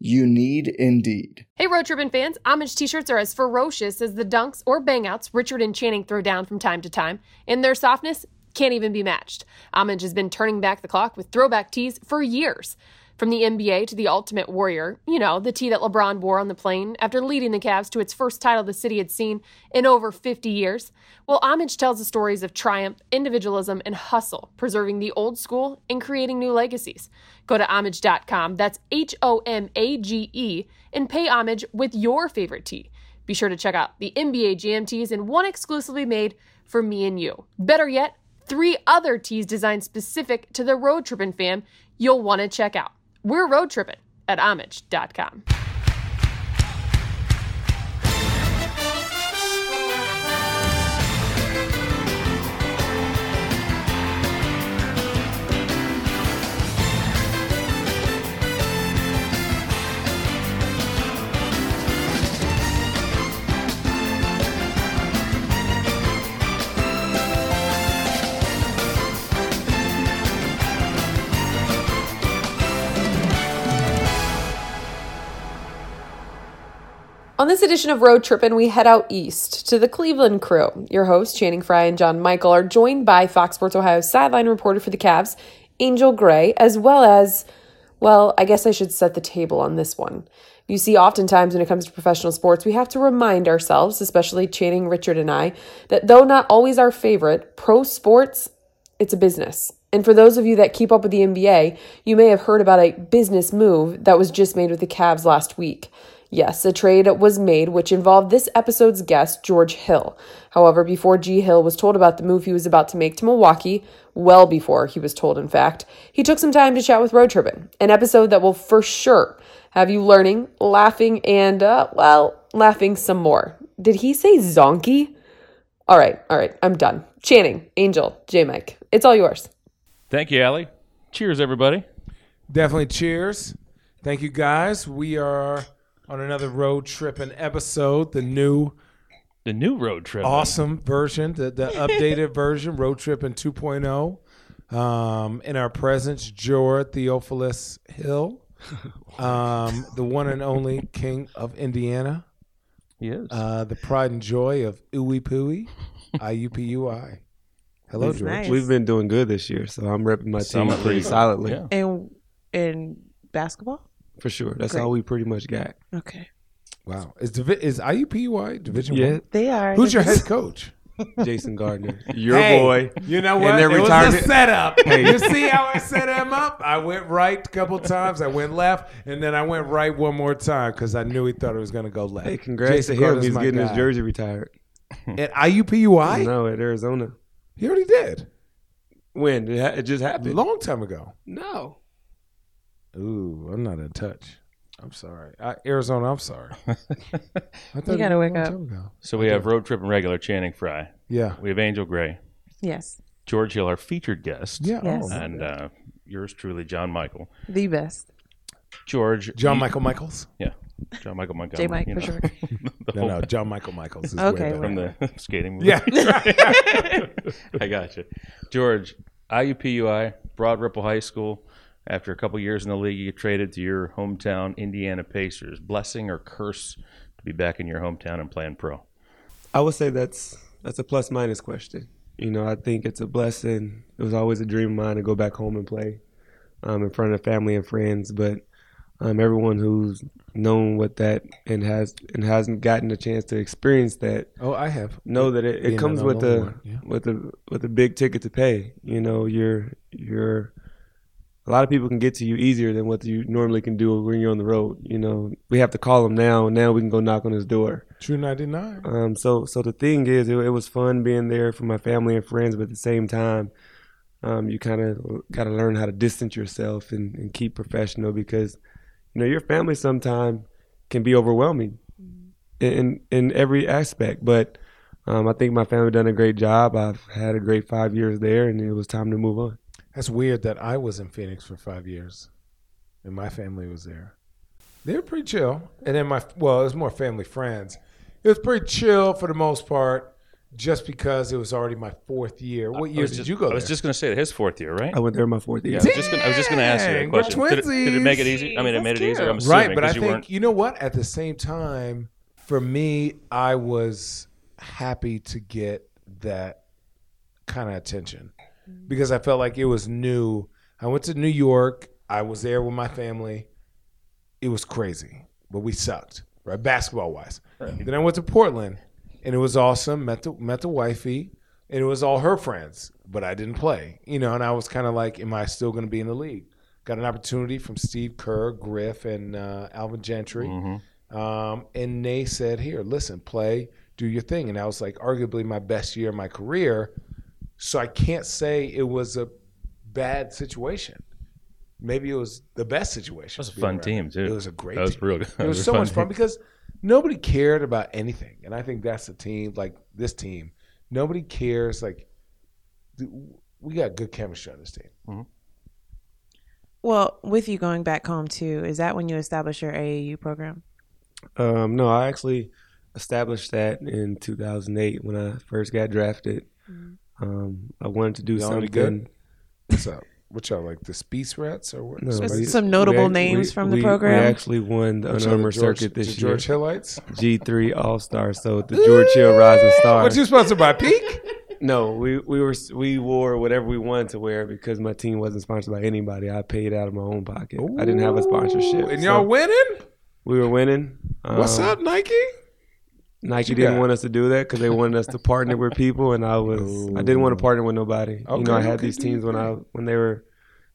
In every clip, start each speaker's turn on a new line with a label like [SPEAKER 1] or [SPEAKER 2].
[SPEAKER 1] You need Indeed.
[SPEAKER 2] Hey, road tripping fans! Homage T-shirts are as ferocious as the dunks or bangouts Richard and Channing throw down from time to time, and their softness can't even be matched. Homage has been turning back the clock with throwback tees for years. From the NBA to the Ultimate Warrior, you know, the tee that LeBron wore on the plane after leading the Cavs to its first title the city had seen in over 50 years. Well, Homage tells the stories of triumph, individualism, and hustle, preserving the old school and creating new legacies. Go to homage.com, that's H O M A G E, and pay homage with your favorite tee. Be sure to check out the NBA Jam tees and one exclusively made for me and you. Better yet, three other tees designed specific to the road tripping fam you'll want to check out. We're road tripping at homage.com. On this edition of Road Trippin', we head out east to the Cleveland crew. Your hosts, Channing Frye and John Michael, are joined by Fox Sports Ohio's sideline reporter for the Cavs, Angel Gray, as well as, well, I guess I should set the table on this one. You see, oftentimes when it comes to professional sports, we have to remind ourselves, especially Channing, Richard, and I, that though not always our favorite, pro sports it's a business. And for those of you that keep up with the NBA, you may have heard about a business move that was just made with the Cavs last week. Yes, a trade was made which involved this episode's guest, George Hill. However, before G. Hill was told about the move he was about to make to Milwaukee, well before he was told, in fact, he took some time to chat with Road Trippin', an episode that will for sure have you learning, laughing, and, uh, well, laughing some more. Did he say zonky? All right, all right, I'm done. Channing, Angel, J Mike, it's all yours.
[SPEAKER 3] Thank you, Allie. Cheers, everybody.
[SPEAKER 4] Definitely cheers. Thank you guys. We are on another road tripping episode, the new
[SPEAKER 3] The new road trip.
[SPEAKER 4] awesome version, the, the updated version, road tripping 2.0. oh, Um, in our presence, Jor Theophilus Hill, um, the one and only king of Indiana,
[SPEAKER 3] Yes.
[SPEAKER 4] uh, the pride and joy of Ooey Pooey, IUPUI. Hello,
[SPEAKER 5] That's
[SPEAKER 4] George.
[SPEAKER 5] nice.
[SPEAKER 6] We've been doing good this year, so I'm repping my team
[SPEAKER 3] Summer
[SPEAKER 6] pretty
[SPEAKER 3] league.
[SPEAKER 6] solidly
[SPEAKER 3] Yeah.
[SPEAKER 5] And in basketball?
[SPEAKER 6] for sure. That's
[SPEAKER 5] Great.
[SPEAKER 6] all we pretty much got.
[SPEAKER 5] Okay.
[SPEAKER 4] Wow. Is, Divi- is IUPUI Division
[SPEAKER 6] Yeah.
[SPEAKER 4] One?
[SPEAKER 5] They are.
[SPEAKER 4] Who's your
[SPEAKER 5] they're-
[SPEAKER 4] head coach?
[SPEAKER 6] Jason Gardner, your
[SPEAKER 4] Hey,
[SPEAKER 6] boy.
[SPEAKER 4] You know
[SPEAKER 6] And
[SPEAKER 4] what?
[SPEAKER 6] they're
[SPEAKER 4] it was
[SPEAKER 6] retired-
[SPEAKER 4] a setup.
[SPEAKER 6] Hey.
[SPEAKER 4] You see how I set him up? I went right a couple times. I went left, and then I went right one more time because I knew he thought it was going to go left.
[SPEAKER 6] Hey, congrats
[SPEAKER 4] Jason
[SPEAKER 6] to him.
[SPEAKER 4] Carter's
[SPEAKER 6] He's
[SPEAKER 4] my
[SPEAKER 6] getting
[SPEAKER 4] guy.
[SPEAKER 6] his jersey retired.
[SPEAKER 4] at IUPUI.
[SPEAKER 6] No, at Arizona.
[SPEAKER 4] He already did
[SPEAKER 6] When it, ha- it just
[SPEAKER 4] a
[SPEAKER 6] happened.
[SPEAKER 4] long time ago.
[SPEAKER 6] No,
[SPEAKER 4] Ooh, I'm not in touch. I'm sorry, I, Arizona. I'm sorry. I thought
[SPEAKER 5] You gotta
[SPEAKER 4] it was a
[SPEAKER 5] wake
[SPEAKER 4] long
[SPEAKER 5] up.
[SPEAKER 4] time ago.
[SPEAKER 3] so we have road trip and regular Channing Fry.
[SPEAKER 4] Yeah,
[SPEAKER 3] We have Angel Gray,
[SPEAKER 5] Yes.
[SPEAKER 3] George Hill, our featured guest.
[SPEAKER 4] yeah.
[SPEAKER 5] Yes.
[SPEAKER 4] oh.
[SPEAKER 3] And uh, yours truly, John Michael.
[SPEAKER 5] The best.
[SPEAKER 3] George.
[SPEAKER 4] John
[SPEAKER 3] you-
[SPEAKER 4] Michael Michaels.
[SPEAKER 3] Yeah. John Michael Montgomery.
[SPEAKER 5] J Mike
[SPEAKER 3] you
[SPEAKER 5] for
[SPEAKER 3] know,
[SPEAKER 5] sure.
[SPEAKER 3] the
[SPEAKER 4] No,
[SPEAKER 3] whole-
[SPEAKER 4] no, John Michael Michaels. Is
[SPEAKER 5] Okay,
[SPEAKER 4] way better.
[SPEAKER 3] From the skating movie.
[SPEAKER 4] yeah.
[SPEAKER 3] I got you. George, IUPUI, Broad Ripple High School. After a couple years in the league, you get traded to your hometown Indiana Pacers. Blessing or curse to be back in your hometown and playing pro?
[SPEAKER 6] I would say that's that's a plus minus question. You know, I think it's a blessing. It was always a dream of mine to go back home and play um, in front of family and friends, but Um, everyone who's known what that and has and hasn't gotten a chance to experience that
[SPEAKER 4] Oh, I have.
[SPEAKER 6] know that it,
[SPEAKER 4] Being
[SPEAKER 6] it comes
[SPEAKER 4] an
[SPEAKER 6] with a
[SPEAKER 4] alone, yeah.
[SPEAKER 6] with a with a big ticket to pay. You know, you're you're a lot of people can get to you easier than what you normally can do when you're on the road. You know, we have to call him now. and Now we can go knock on his door.
[SPEAKER 4] True 99.
[SPEAKER 6] Um, so so the thing is, it, it was fun being there for my family and friends, but at the same time, um, you kind of got to learn how to distance yourself and, and keep professional because you know your family sometimes can be overwhelming in in every aspect. But um, I think my family done a great job. I've had a great five years there, and it was time to move on.
[SPEAKER 4] That's weird that I was in Phoenix for five years, and my family was there. They were pretty chill, and then my well, it was more family friends. It was pretty chill for the most part, just because it was already my fourth year. What
[SPEAKER 3] I
[SPEAKER 4] year
[SPEAKER 3] was
[SPEAKER 4] did
[SPEAKER 3] just-
[SPEAKER 4] you go?
[SPEAKER 3] I was
[SPEAKER 4] there?
[SPEAKER 3] just gonna say that his fourth year, right?
[SPEAKER 6] I went there my fourth
[SPEAKER 3] Yeah,
[SPEAKER 6] year.
[SPEAKER 3] I was just gonna, I was just gonna ask you
[SPEAKER 4] Dang,
[SPEAKER 3] that
[SPEAKER 4] Oh, we're
[SPEAKER 3] question. Did it, did it make it easy? I mean, it
[SPEAKER 5] twinsies.
[SPEAKER 3] made it
[SPEAKER 5] That's
[SPEAKER 3] easier. I'm
[SPEAKER 5] cute.
[SPEAKER 3] assuming
[SPEAKER 4] right, but I
[SPEAKER 3] 'cause you
[SPEAKER 4] think
[SPEAKER 3] weren't.
[SPEAKER 4] you know what. At the same time, for me, I was happy to get that kind of attention because I felt like it was new. I went to New York. I was there with my family. It was crazy, but we sucked, right? Basketball wise. Then I went to Portland, and it was awesome. Met the met the wifey, and it was all her friends, but I didn't play, you know. And I was kind of like, "Am I still going to be in the league?" Got an opportunity from Steve Kerr, Griff, and uh, Alvin Gentry,
[SPEAKER 3] Mm-hmm.
[SPEAKER 4] um, and they said, "Here, listen, play, do your thing." And I was like, arguably my best year of my career, so I can't say it was a bad situation. Maybe it was the best situation.
[SPEAKER 3] That was
[SPEAKER 4] to
[SPEAKER 3] a
[SPEAKER 4] be
[SPEAKER 3] fun
[SPEAKER 4] around.
[SPEAKER 3] team too.
[SPEAKER 4] It was a great.
[SPEAKER 3] That was
[SPEAKER 4] team.
[SPEAKER 3] real good.
[SPEAKER 4] It was so much fun because nobody cared about anything, and I think that's the team. Like this team, nobody cares. Like th- we got good chemistry on this team.
[SPEAKER 5] Well, with you going back home too, is that when you established your AAU program?
[SPEAKER 6] Um, no, I actually established that in 2008 when I first got drafted. Um, I wanted to do
[SPEAKER 4] Y'all any
[SPEAKER 6] something.
[SPEAKER 4] good? What's up? What y'all like the Speed Rats or what?
[SPEAKER 6] No,
[SPEAKER 4] Speed-
[SPEAKER 5] Just some notable
[SPEAKER 6] ac-
[SPEAKER 5] names from the
[SPEAKER 6] we-
[SPEAKER 5] program.
[SPEAKER 6] We actually won the
[SPEAKER 4] What's up,
[SPEAKER 6] unarmored
[SPEAKER 4] the George-
[SPEAKER 6] circuit
[SPEAKER 4] the
[SPEAKER 6] this year.
[SPEAKER 4] George Hillites.
[SPEAKER 6] G3 All Star, so the George Hill Rising Star.
[SPEAKER 4] What you sponsored by Peak?
[SPEAKER 6] no, we we were we wore whatever we wanted to wear because my team wasn't sponsored by anybody. I paid out of my own pocket. I didn't have a sponsorship.
[SPEAKER 4] and
[SPEAKER 6] so
[SPEAKER 4] y'all winning.
[SPEAKER 6] we were winning.
[SPEAKER 4] What's
[SPEAKER 6] Um,
[SPEAKER 4] up, Nike?
[SPEAKER 6] Nike
[SPEAKER 4] you
[SPEAKER 6] didn't
[SPEAKER 4] got?
[SPEAKER 6] want us to do that because they wanted us to partner with people, and I was I didn't want to partner with nobody. you
[SPEAKER 4] Okay,
[SPEAKER 6] know, I had
[SPEAKER 4] okay,
[SPEAKER 6] these
[SPEAKER 4] do your
[SPEAKER 6] teams when I when they were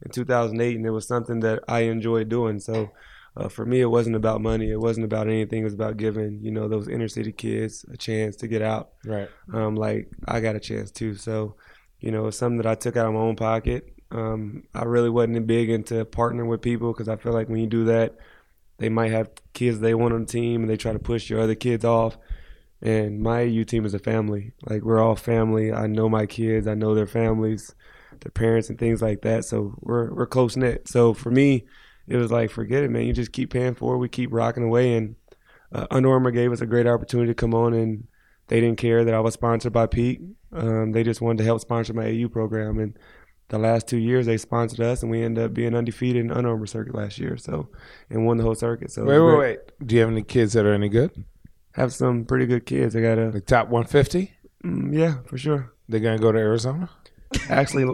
[SPEAKER 6] in 2008, and it was something that I enjoyed doing. So uh, for me, it wasn't about money. It wasn't about anything. It was about giving you know those inner city kids a chance to get out.
[SPEAKER 4] Right.
[SPEAKER 6] Um, like I got a chance too. So you know, it's something that I took out of my own pocket. Um, I really wasn't big into partnering with people because I feel like when you do that, they might have kids they want on the team and they try to push your other kids off. And my AU team is a family. Like we're all family. I know my kids. I know their families, their parents, and things like that. So we're we're close knit. So for me, it was like forget it, man. You just keep paying for it. We keep rocking away. And uh, Under Armour gave us a great opportunity to come on, and they didn't care that I was sponsored by Peak. Um, they just wanted to help sponsor my AU program. And the last two years, they sponsored us, and we ended up being undefeated in Under Armour circuit last year. So and won the whole circuit. So it was
[SPEAKER 4] Wait, wait,
[SPEAKER 6] great.
[SPEAKER 4] wait. Do you have any kids that are any good?
[SPEAKER 6] Have some pretty good kids. I got a
[SPEAKER 4] Like top 150?
[SPEAKER 6] Mm, yeah, for sure.
[SPEAKER 4] They're gonna go to Arizona.
[SPEAKER 6] Actually,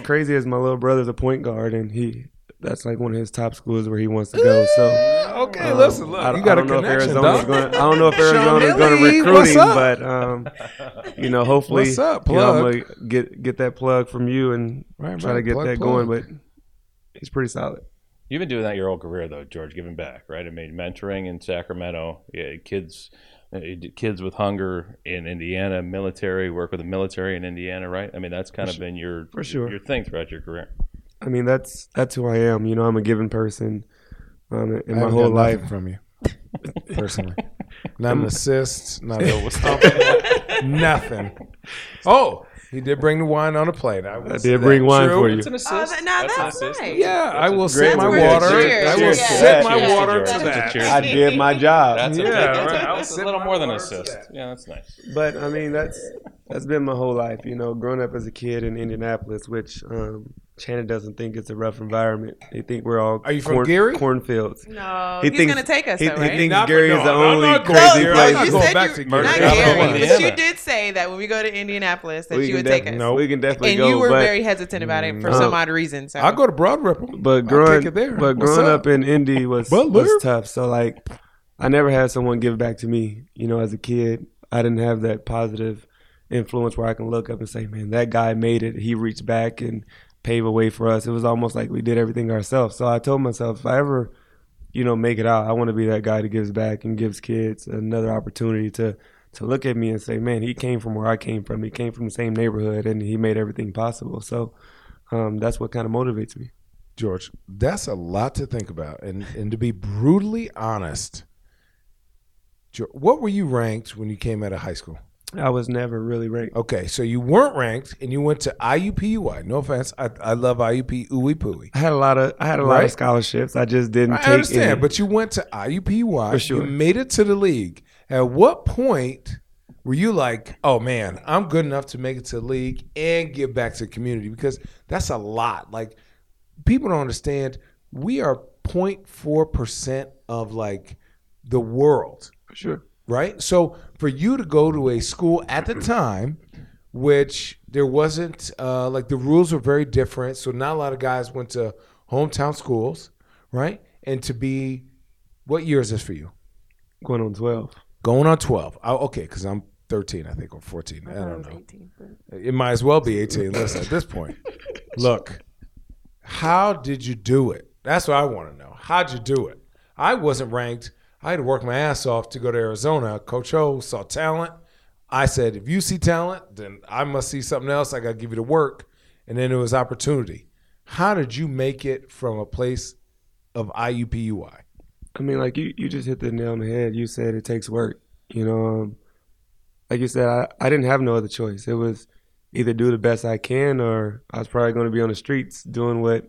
[SPEAKER 6] crazy is my little brother's a point guard, and he that's like one of his top schools where he wants to go. So
[SPEAKER 4] Okay,
[SPEAKER 6] um,
[SPEAKER 4] listen, look,
[SPEAKER 6] I,
[SPEAKER 4] you got
[SPEAKER 6] I
[SPEAKER 4] a
[SPEAKER 6] don't know if
[SPEAKER 4] connection,
[SPEAKER 6] Arizona's
[SPEAKER 4] dog.
[SPEAKER 6] going. I don't know if
[SPEAKER 4] Sean
[SPEAKER 6] Arizona's going to
[SPEAKER 4] Miller,
[SPEAKER 6] recruit
[SPEAKER 4] what's
[SPEAKER 6] him,
[SPEAKER 4] up?
[SPEAKER 6] but um, you know, hopefully,
[SPEAKER 4] What's up,
[SPEAKER 6] you know,
[SPEAKER 4] plug?
[SPEAKER 6] I'm gonna get get that plug from you and
[SPEAKER 4] Right,
[SPEAKER 6] try
[SPEAKER 4] right,
[SPEAKER 6] to get
[SPEAKER 4] plug,
[SPEAKER 6] that
[SPEAKER 4] plug.
[SPEAKER 6] going. But he's pretty solid.
[SPEAKER 3] You've been doing that your whole career, though, George, giving back, right? I mean, mentoring in Sacramento, yeah, kids, uh, kids with hunger in Indiana, military work with the military in Indiana, right? I mean, that's kind of been your
[SPEAKER 6] for sure.
[SPEAKER 3] your thing throughout your career.
[SPEAKER 6] I mean, that's that's who I am. You know, I'm a giving person. Um,
[SPEAKER 4] I
[SPEAKER 6] in my
[SPEAKER 4] haven't
[SPEAKER 6] whole
[SPEAKER 4] got nothing
[SPEAKER 6] life,
[SPEAKER 4] from you personally. Not an assist, not a something, nothing. Oh, he did bring the wine on a plate. I, will
[SPEAKER 6] I
[SPEAKER 4] say
[SPEAKER 6] did
[SPEAKER 4] that.
[SPEAKER 6] bring wine
[SPEAKER 4] True.
[SPEAKER 6] for you.
[SPEAKER 5] Oh, that, now that's, nice.
[SPEAKER 4] Yeah, I will sip
[SPEAKER 6] great
[SPEAKER 4] my
[SPEAKER 6] way to
[SPEAKER 4] water.
[SPEAKER 5] cheers.
[SPEAKER 4] I will
[SPEAKER 5] Cheers to
[SPEAKER 4] sip
[SPEAKER 5] that.
[SPEAKER 4] my
[SPEAKER 5] Cheers to
[SPEAKER 4] water
[SPEAKER 5] George.
[SPEAKER 4] to that.
[SPEAKER 3] Cheers.
[SPEAKER 6] I did my job.
[SPEAKER 3] That's a,
[SPEAKER 4] Yeah,
[SPEAKER 3] that's,
[SPEAKER 4] right.
[SPEAKER 3] a, that's a
[SPEAKER 4] I'll
[SPEAKER 3] little
[SPEAKER 4] sip
[SPEAKER 3] more than
[SPEAKER 4] my
[SPEAKER 3] an
[SPEAKER 4] water to
[SPEAKER 3] assist.
[SPEAKER 4] that.
[SPEAKER 3] Yeah, that's nice.
[SPEAKER 6] But I mean, that's that's been my whole life. You know, growing up as a kid in Indianapolis, which um, Shannon doesn't think it's a rough environment. They think we're all
[SPEAKER 4] Are you from Gary?
[SPEAKER 6] cornfields.
[SPEAKER 5] No,
[SPEAKER 6] He
[SPEAKER 5] he's
[SPEAKER 6] thinks-
[SPEAKER 5] gonna take us
[SPEAKER 6] he-
[SPEAKER 5] though,
[SPEAKER 6] he
[SPEAKER 5] right?
[SPEAKER 6] thinks-
[SPEAKER 4] Not-
[SPEAKER 6] Gary's the
[SPEAKER 4] I'm
[SPEAKER 6] only
[SPEAKER 4] not
[SPEAKER 6] crazy
[SPEAKER 4] going there.
[SPEAKER 5] no,
[SPEAKER 6] place.
[SPEAKER 5] you
[SPEAKER 6] Go
[SPEAKER 5] said you, not
[SPEAKER 3] Gary.
[SPEAKER 5] Gary, but
[SPEAKER 3] Indiana.
[SPEAKER 5] you did say that when we go to Indianapolis that
[SPEAKER 6] We
[SPEAKER 5] you
[SPEAKER 6] can
[SPEAKER 5] would take us.
[SPEAKER 6] definitely- we can definitely
[SPEAKER 5] and
[SPEAKER 6] go.
[SPEAKER 5] you were
[SPEAKER 6] but,
[SPEAKER 5] very hesitant about it for
[SPEAKER 6] No.
[SPEAKER 5] some odd reason. So
[SPEAKER 4] I go to Broad Ripple.
[SPEAKER 6] but
[SPEAKER 4] I'll
[SPEAKER 6] growing
[SPEAKER 4] take it there.
[SPEAKER 6] but
[SPEAKER 4] What's
[SPEAKER 6] growing
[SPEAKER 4] up?
[SPEAKER 6] up in Indy was
[SPEAKER 4] Well, Larry.
[SPEAKER 6] was tough. So like, I never had someone give back to me. You know, as a kid, I didn't have that positive influence where I can look up and say, "Man, that guy made it. He reached back and paved a way for us." It was almost like we did everything ourselves. So I told myself, if I ever you know, make it out. I want to be that guy that gives back and gives kids another opportunity to to look at me and say, "Man, he came from where I came from. He came from the same neighborhood, and he made everything possible." So um, that's what kind of motivates me.
[SPEAKER 4] George, that's a lot to think about. And and to be brutally honest, Geor- what were you ranked when you came out of high school?
[SPEAKER 6] I was never really ranked.
[SPEAKER 4] Okay, so you weren't ranked and you went to IUPUI. No offense. I, I love IUP Ooey Pooey.
[SPEAKER 6] I had a lot of I had a lot
[SPEAKER 4] Right.
[SPEAKER 6] of scholarships. I just didn't take
[SPEAKER 4] I understand,
[SPEAKER 6] any.
[SPEAKER 4] but you went to IUPUI.
[SPEAKER 6] For sure.
[SPEAKER 4] You made it to the league. At what point were you like, oh man, I'm good enough to make it to the league and give back to the community? Because that's a lot. Like, people don't understand, we are 0.4% of like the world
[SPEAKER 6] for sure.
[SPEAKER 4] right? So for you to go to a school at the time, which there wasn't uh, like the rules were very different, so not a lot of guys went to hometown schools, right? And to be, what year is this for you?
[SPEAKER 6] Going on twelve.
[SPEAKER 4] Going on twelve? Oh, okay, because I'm thirteen, I think, or fourteen. I don't know. It might as well be eighteen. Listen, at this point, look, how did you do it? That's what I want to know. How'd you do it? I wasn't ranked. I had to work my ass off to go to Arizona. Coach O saw talent. I said, if you see talent, then I must see something else. I got to give you the work. And then it was opportunity. How did you make it from a place of IUPUI?
[SPEAKER 6] I mean, like you, you just hit the nail on the head. You said it takes work. You know, um, like you said, I, I didn't have no other choice. It was either do the best I can, or I was probably going to be on the streets doing what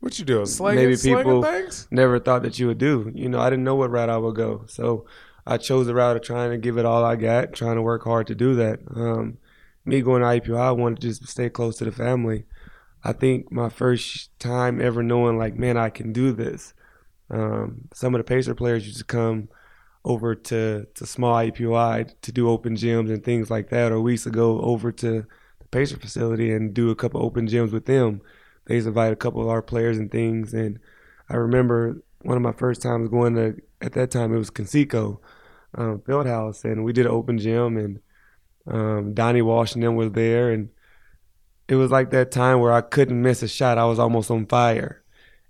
[SPEAKER 4] What you doing? Slanging,
[SPEAKER 6] Maybe
[SPEAKER 4] slanging
[SPEAKER 6] people-
[SPEAKER 4] things?
[SPEAKER 6] never thought that you would do. You know, I didn't know what route I would go. So I chose the route of trying to give it all I got, trying to work hard to do that. Um, me going to IPO, I wanted to just stay close to the family. I think my first time ever knowing, like, man, I can do this. Um, some of the Pacer players used to come over to, to small IPOI to do open gyms and things like that, or we used to go over to the Pacer facility and do a couple open gyms with them. They used to invite a couple of our players and things, and I remember one of my first times going to at that time it was Conseco um, Fieldhouse, and we did an open gym, and um, Donnie Walsh and them was there, and it was like that time where I couldn't miss a shot. I was almost on fire,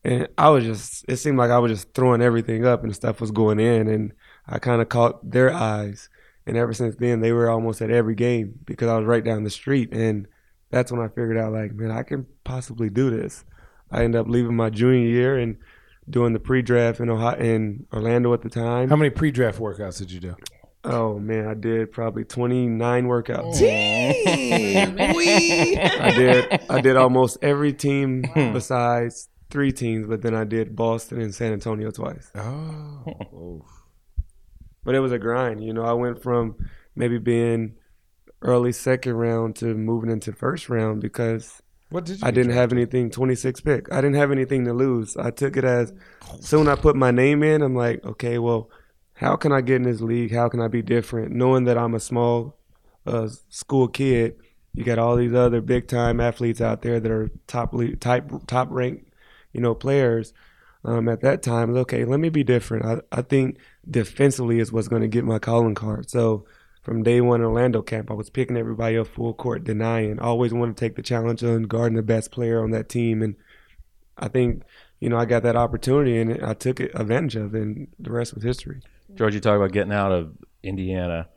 [SPEAKER 6] and I was just it seemed like I was just throwing everything up, and stuff was going in, and I kind of caught their eyes, and ever since then they were almost at every game because I was right down the street, and that's when I figured out like, man, I can possibly do this. I ended up leaving my junior year and doing the pre-draft in Ohio, in Orlando at the time.
[SPEAKER 4] How many pre-draft workouts did you do?
[SPEAKER 6] Oh man, I did probably 29 workouts.
[SPEAKER 5] we
[SPEAKER 6] I did I did almost every team besides three teams, but then I did Boston and San Antonio twice.
[SPEAKER 4] Oh,
[SPEAKER 6] But it was a grind, you know. I went from maybe being early second round to moving into first round because
[SPEAKER 4] what did you?
[SPEAKER 6] I didn't have anything 26 pick. I didn't have anything to lose. I took it as soon I put my name in, I'm like, okay, well, how can I get in this league? How can I be different? Knowing that I'm a small uh, school kid, you got all these other big time athletes out there that are top le- type top ranked, you know, players. Um, at that time, okay, let me be different. I, I think defensively is what's going to get my calling card. So from day one in Orlando camp, I was picking everybody up full court, denying. I always wanted to take the challenge on guarding the best player on that team. And I think, you know, I got that opportunity and I took it- advantage of it, and the rest was history.
[SPEAKER 3] George, you talk about getting out of Indiana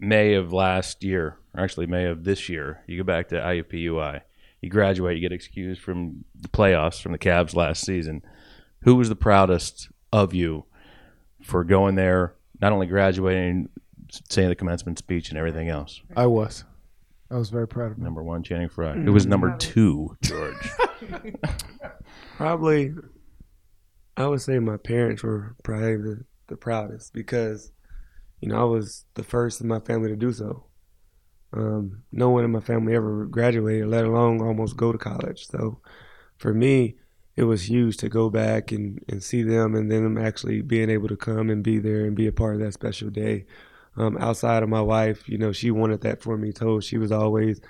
[SPEAKER 3] May of last year, or actually May of this year. You go back to IUPUI. You graduate, you get excused from the playoffs from the Cavs last season. Who was the proudest of you for going there, not only graduating, saying the commencement speech and everything else?
[SPEAKER 4] I was. I was very proud of
[SPEAKER 3] Number one, Channing Frye. Who was number
[SPEAKER 5] Mm.
[SPEAKER 3] two, George?
[SPEAKER 6] Probably, I would say my parents were probably the, the proudest because, you know, I was the first in my family to do so. Um, no one in my family ever graduated, let alone almost go to college. So for me, it was huge to go back and, and see them and then them actually being able to come and be there and be a part of that special day. Um, outside of my wife, you know, she wanted that for me. Told she was always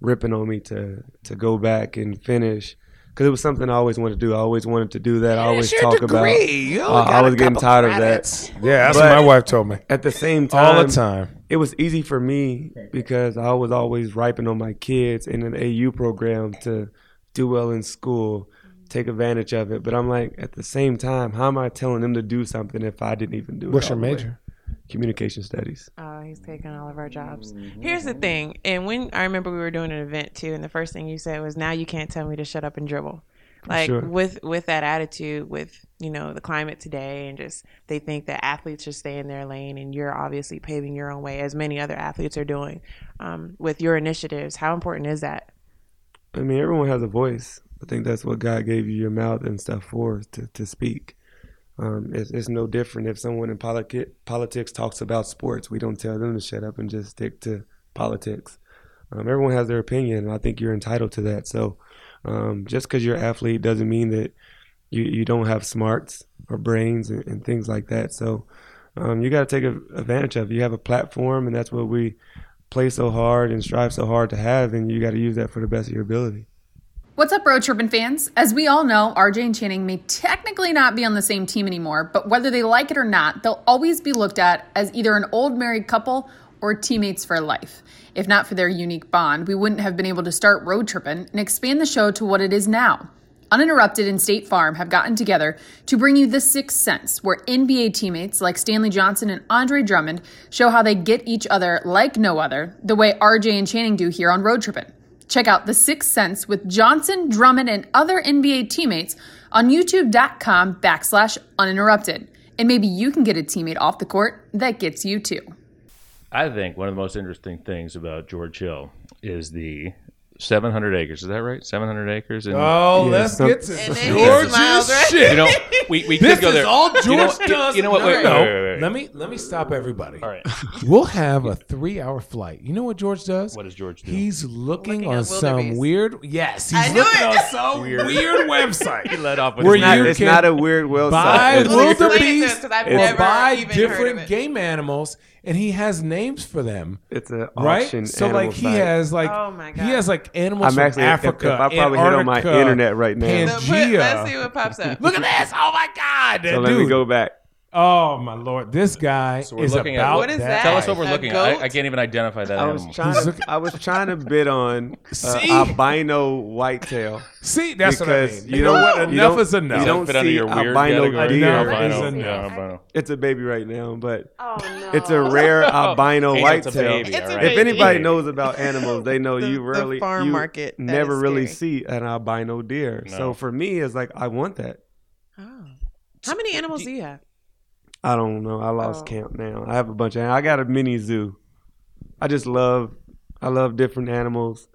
[SPEAKER 6] ripping on me to to go back and finish because it was something I always wanted to do. I always wanted to do that. I always talk about. uh, I- I was getting tired of that.
[SPEAKER 4] Yeah, that's
[SPEAKER 6] But-
[SPEAKER 4] what my wife told me
[SPEAKER 6] At the same time,
[SPEAKER 4] all the time.
[SPEAKER 6] it was easy for me because I was always ripping on my kids in an AU program to do well in school, take advantage of it. But I'm like, at the same time, how am I telling them to do something if I didn't even do it?
[SPEAKER 4] What's your
[SPEAKER 6] all the way?
[SPEAKER 4] major?
[SPEAKER 6] Communication studies.
[SPEAKER 5] Oh, he's taking all of our jobs.
[SPEAKER 6] Mm-hmm.
[SPEAKER 5] Here's the thing, and when I remember we were doing an event too, and the first thing you said was, "Now you can't tell me to shut up and dribble." Like
[SPEAKER 6] sure.
[SPEAKER 5] with with that attitude, with you know the climate today, and just they think that athletes should stay in their lane, and you're obviously paving your own way, as many other athletes are doing um, with your initiatives. How important is that?
[SPEAKER 6] I mean, everyone has a voice. I think that's what God gave you your mouth and stuff for is to, to speak. Um, it's, it's no different if someone in politi- politics talks about sports. We don't tell them to shut up and just stick to politics. Um, everyone has their opinion, and I think you're entitled to that. So um, just because you're an athlete doesn't mean that you, you don't have smarts or brains and, and things like that. So um, you got to take a- advantage of it. You have a platform, and that's what we play so hard and strive so hard to have, and you got to use that for the best of your ability.
[SPEAKER 7] What's up, Road Trippin' fans? As we all know, RJ and Channing may technically not be on the same team anymore, but whether they like it or not, they'll always be looked at as either an old married couple or teammates for life. If not for their unique bond, we wouldn't have been able to start Road Trippin' and expand the show to what it is now. Uninterrupted and State Farm have gotten together to bring you The Sixth Sense, where NBA teammates like Stanley Johnson and Andre Drummond show how they get each other like no other, the way RJ and Channing do here on Road Trippin'. Check out The Sixth Sense with Johnson, Drummond, and other NBA teammates on youtube.com backslash uninterrupted. And maybe you can get a teammate off the court that gets you too.
[SPEAKER 3] I think one of the most interesting things about George Hill is the 700 acres. Is that right? 700 acres. And
[SPEAKER 4] Oh,
[SPEAKER 6] Yeah,
[SPEAKER 4] let's
[SPEAKER 6] some-
[SPEAKER 4] get to
[SPEAKER 6] And
[SPEAKER 5] then he
[SPEAKER 4] George's
[SPEAKER 5] smiles, right?
[SPEAKER 4] shit.
[SPEAKER 3] you know, we, we
[SPEAKER 4] this
[SPEAKER 3] could go
[SPEAKER 4] is
[SPEAKER 3] there.
[SPEAKER 4] all George
[SPEAKER 3] you know, what-
[SPEAKER 4] does.
[SPEAKER 3] You know what?
[SPEAKER 4] No,
[SPEAKER 3] Wait,
[SPEAKER 4] no.
[SPEAKER 3] wait, wait, wait, wait.
[SPEAKER 4] Let me let me stop everybody.
[SPEAKER 3] All right.
[SPEAKER 4] We'll have a three-hour flight. You know what George does?
[SPEAKER 3] What does George do?
[SPEAKER 4] He's looking,
[SPEAKER 5] Looking
[SPEAKER 4] on
[SPEAKER 5] at
[SPEAKER 4] some
[SPEAKER 5] wildebeest.
[SPEAKER 4] weird. Yes, he's
[SPEAKER 5] I knew
[SPEAKER 4] looking
[SPEAKER 5] it.
[SPEAKER 4] on some weird,
[SPEAKER 3] Weird.
[SPEAKER 4] website.
[SPEAKER 3] He led off with
[SPEAKER 4] Were
[SPEAKER 3] his
[SPEAKER 6] Not-
[SPEAKER 4] you-
[SPEAKER 6] it's
[SPEAKER 4] can
[SPEAKER 6] not a weird well
[SPEAKER 4] buy
[SPEAKER 6] site.
[SPEAKER 5] Well, explain it to us,
[SPEAKER 4] wildebeest
[SPEAKER 5] 'cause I've
[SPEAKER 4] or
[SPEAKER 5] never
[SPEAKER 4] buy
[SPEAKER 5] even heard of
[SPEAKER 4] different
[SPEAKER 5] it.
[SPEAKER 4] game animals, and he has names for them.
[SPEAKER 6] It's an
[SPEAKER 4] Right,
[SPEAKER 6] auction.
[SPEAKER 4] so
[SPEAKER 6] animal
[SPEAKER 4] like he
[SPEAKER 6] site.
[SPEAKER 4] has like
[SPEAKER 5] Oh my God.
[SPEAKER 4] he has like animals
[SPEAKER 6] I'm
[SPEAKER 4] from
[SPEAKER 6] actually- if-
[SPEAKER 4] Africa.
[SPEAKER 6] if I probably hit on my
[SPEAKER 4] Antarctica,
[SPEAKER 6] internet right now.
[SPEAKER 5] So put,
[SPEAKER 4] Pangea.
[SPEAKER 5] let's see what pops up.
[SPEAKER 4] Look at this! Oh my God,
[SPEAKER 6] So let
[SPEAKER 4] dude!
[SPEAKER 6] me go back.
[SPEAKER 4] Oh my lord, this guy
[SPEAKER 3] we're
[SPEAKER 4] is
[SPEAKER 3] looking at-
[SPEAKER 4] about
[SPEAKER 5] What is
[SPEAKER 4] that.
[SPEAKER 5] that?
[SPEAKER 3] Tell us what we're
[SPEAKER 5] A
[SPEAKER 3] looking at.
[SPEAKER 5] goat?
[SPEAKER 3] I, I can't even identify that
[SPEAKER 6] I was
[SPEAKER 3] animal.
[SPEAKER 6] trying.
[SPEAKER 4] He's
[SPEAKER 6] To,
[SPEAKER 4] looking-
[SPEAKER 6] I was trying to bid on uh,
[SPEAKER 4] See?
[SPEAKER 6] albino whitetail.
[SPEAKER 4] See, that's what I
[SPEAKER 6] Because
[SPEAKER 4] mean.
[SPEAKER 6] you
[SPEAKER 4] You, know
[SPEAKER 6] don't-
[SPEAKER 4] what?
[SPEAKER 6] you
[SPEAKER 4] Enough
[SPEAKER 6] don't-
[SPEAKER 4] is enough.
[SPEAKER 6] you don't
[SPEAKER 3] fit under
[SPEAKER 6] see
[SPEAKER 3] your weird
[SPEAKER 6] albino
[SPEAKER 3] category.
[SPEAKER 4] deer.
[SPEAKER 3] Albino.
[SPEAKER 4] Enough is
[SPEAKER 3] Yeah,
[SPEAKER 5] enough.
[SPEAKER 3] albino.
[SPEAKER 6] It's a baby right now, but
[SPEAKER 5] Oh no!
[SPEAKER 6] it's a rare albino
[SPEAKER 3] Hey, it's a
[SPEAKER 6] whitetail.
[SPEAKER 3] baby, all
[SPEAKER 5] It's a
[SPEAKER 3] right.
[SPEAKER 6] If anybody
[SPEAKER 3] Baby.
[SPEAKER 6] knows about animals, they know
[SPEAKER 5] The-
[SPEAKER 6] you
[SPEAKER 5] the
[SPEAKER 6] really
[SPEAKER 5] farm
[SPEAKER 6] you
[SPEAKER 5] market, that
[SPEAKER 6] never
[SPEAKER 5] is
[SPEAKER 6] really
[SPEAKER 5] scary.
[SPEAKER 6] see an albino deer.
[SPEAKER 3] No.
[SPEAKER 6] So for me, it's like I want that.
[SPEAKER 5] Oh. How many animals do you have?
[SPEAKER 6] I don't know. I lost
[SPEAKER 5] Oh.
[SPEAKER 6] count now. I have a bunch of. I got a mini zoo. I just love. I love different animals.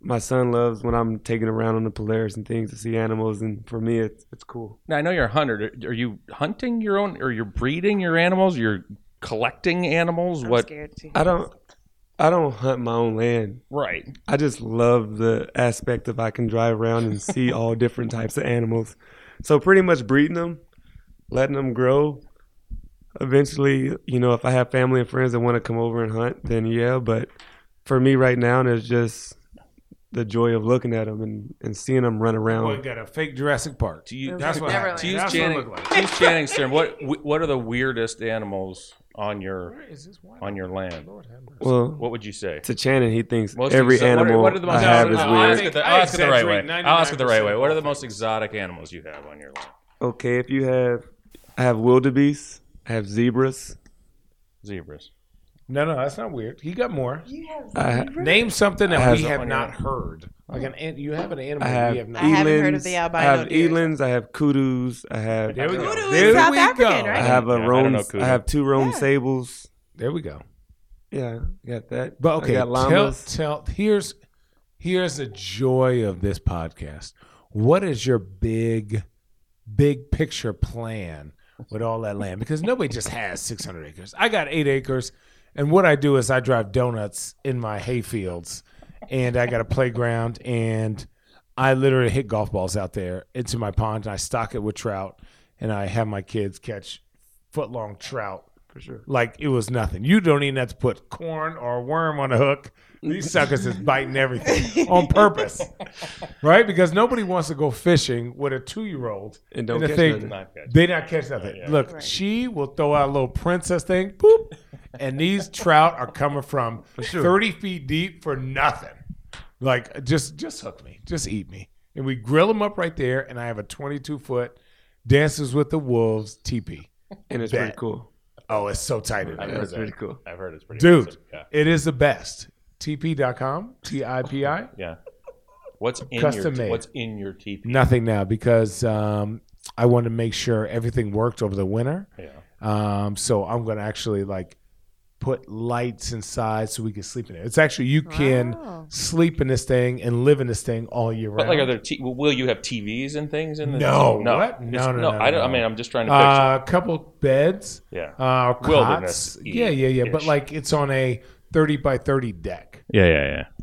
[SPEAKER 6] My son loves when I'm taking around on the Polaris and things to see animals, and for me, it's it's cool.
[SPEAKER 3] Now I know you're a hunter. Are are you hunting your own, or you're breeding your animals? You're collecting animals?
[SPEAKER 5] I'm
[SPEAKER 3] what?
[SPEAKER 5] scared to hear
[SPEAKER 6] I don't. I don't hunt my own land.
[SPEAKER 3] Right.
[SPEAKER 6] I just love the aspect of I can drive around and see all different types of animals. So pretty much breeding them, letting them grow. Eventually, you know, if I have family and friends that want to come over and hunt, then yeah. But for me right now, it's just the joy of looking at them and, and seeing them run
[SPEAKER 4] Boy,
[SPEAKER 6] around.
[SPEAKER 4] got a fake Jurassic Park.
[SPEAKER 3] To you,
[SPEAKER 4] That's what
[SPEAKER 5] Never
[SPEAKER 4] happened.
[SPEAKER 3] to use
[SPEAKER 4] That's what it
[SPEAKER 3] Channing,
[SPEAKER 4] looked like.
[SPEAKER 3] to use Channing's term. What wh- What are the weirdest animals on your
[SPEAKER 4] Where is this one?
[SPEAKER 3] on your land?
[SPEAKER 4] Lord have mercy.
[SPEAKER 6] Well,
[SPEAKER 3] What would you say?
[SPEAKER 6] to Channing, he thinks
[SPEAKER 3] Most
[SPEAKER 6] every
[SPEAKER 3] exo- what are-
[SPEAKER 6] animal
[SPEAKER 3] what are the most
[SPEAKER 6] I have is
[SPEAKER 3] exotic- I'll
[SPEAKER 6] weird.
[SPEAKER 3] ask it the-
[SPEAKER 4] I
[SPEAKER 3] I'll ask it the right way.
[SPEAKER 4] exaggerate
[SPEAKER 3] I'll ask it the right way. What are the
[SPEAKER 4] 99%
[SPEAKER 3] most exotic animals you have on your land?
[SPEAKER 6] Okay, if you have, I have wildebeest, I have zebras,
[SPEAKER 3] Zebras.
[SPEAKER 4] No, no, that's not weird. He got more.
[SPEAKER 6] I, ha-
[SPEAKER 4] Name something
[SPEAKER 6] I
[SPEAKER 4] that
[SPEAKER 6] have
[SPEAKER 4] we have
[SPEAKER 3] on
[SPEAKER 4] not
[SPEAKER 3] your-
[SPEAKER 4] heard. Like an, an you have an animal
[SPEAKER 6] I have
[SPEAKER 4] we have not.
[SPEAKER 5] I haven't heard of
[SPEAKER 6] elands,
[SPEAKER 5] the
[SPEAKER 6] I
[SPEAKER 5] albino
[SPEAKER 6] have
[SPEAKER 5] deer.
[SPEAKER 6] elands. I have kudus. I have
[SPEAKER 4] There we go.
[SPEAKER 5] Kudu is
[SPEAKER 4] there
[SPEAKER 5] South
[SPEAKER 4] we
[SPEAKER 5] African,
[SPEAKER 4] go.
[SPEAKER 5] right?
[SPEAKER 6] I have a
[SPEAKER 3] Yeah, I don't
[SPEAKER 6] roam.
[SPEAKER 3] know
[SPEAKER 6] I,
[SPEAKER 3] kudu.
[SPEAKER 6] have two roam
[SPEAKER 5] Yeah.
[SPEAKER 6] sables.
[SPEAKER 4] There we go.
[SPEAKER 6] Yeah, I got that.
[SPEAKER 4] But
[SPEAKER 6] I
[SPEAKER 4] okay,
[SPEAKER 6] got
[SPEAKER 4] tell,
[SPEAKER 6] llamas.
[SPEAKER 4] tell here's here's the joy of this podcast. What is your big big picture plan with all that land? Because nobody just has 600 acres. I got 8 acres And what I do is I drive donuts in my hay fields, and I got a playground, and I literally hit golf balls out there into my pond, and I stock it with trout, and I have my kids catch foot long trout. For
[SPEAKER 6] sure.
[SPEAKER 4] Like it was nothing. You don't even have to put corn or a worm on a hook. These suckers is biting everything on purpose, right? Because nobody wants to go fishing with a two year old
[SPEAKER 6] And don't
[SPEAKER 4] and the
[SPEAKER 6] catch
[SPEAKER 4] thing-
[SPEAKER 6] nothing.
[SPEAKER 3] Not catch.
[SPEAKER 4] They not catch nothing. Look, she will throw out a little princess thing, boop, and these trout are coming from
[SPEAKER 6] sure.
[SPEAKER 4] thirty feet deep for nothing. Like just just hook me, just eat me, and we grill them up right there. And I have a twenty-two foot Dances with the Wolves TP.
[SPEAKER 6] and it's
[SPEAKER 4] Bet.
[SPEAKER 6] pretty cool.
[SPEAKER 4] Oh, it's so tight in there,
[SPEAKER 6] That's pretty cool.
[SPEAKER 3] I've heard it's pretty
[SPEAKER 4] dude.
[SPEAKER 3] awesome. Yeah.
[SPEAKER 4] It is the best. TP.com, T I P I.
[SPEAKER 3] Yeah. What's in
[SPEAKER 4] Custom
[SPEAKER 3] your
[SPEAKER 4] made.
[SPEAKER 3] What's in your TP?
[SPEAKER 4] Nothing now because um, I wanted to make sure everything worked over the winter.
[SPEAKER 3] Yeah.
[SPEAKER 4] Um, so I'm gonna actually like put lights inside so we can sleep in it. It's actually you
[SPEAKER 5] Wow.
[SPEAKER 4] can sleep in this thing and live in this thing all year
[SPEAKER 3] But
[SPEAKER 4] round.
[SPEAKER 3] like, are there? T- will you have TVs and things in the?
[SPEAKER 4] No.
[SPEAKER 3] no,
[SPEAKER 4] What? No,
[SPEAKER 3] It's-
[SPEAKER 4] no, no,
[SPEAKER 3] I, don't,
[SPEAKER 4] no,
[SPEAKER 3] I mean,
[SPEAKER 4] no.
[SPEAKER 3] I'm just trying to picture.
[SPEAKER 4] uh, a couple beds,
[SPEAKER 3] yeah.
[SPEAKER 4] uh,
[SPEAKER 3] Wilderness
[SPEAKER 4] cots. Yeah, yeah, yeah. But
[SPEAKER 3] ish.
[SPEAKER 4] like it's on a 30 by 30 deck.
[SPEAKER 3] yeah, yeah,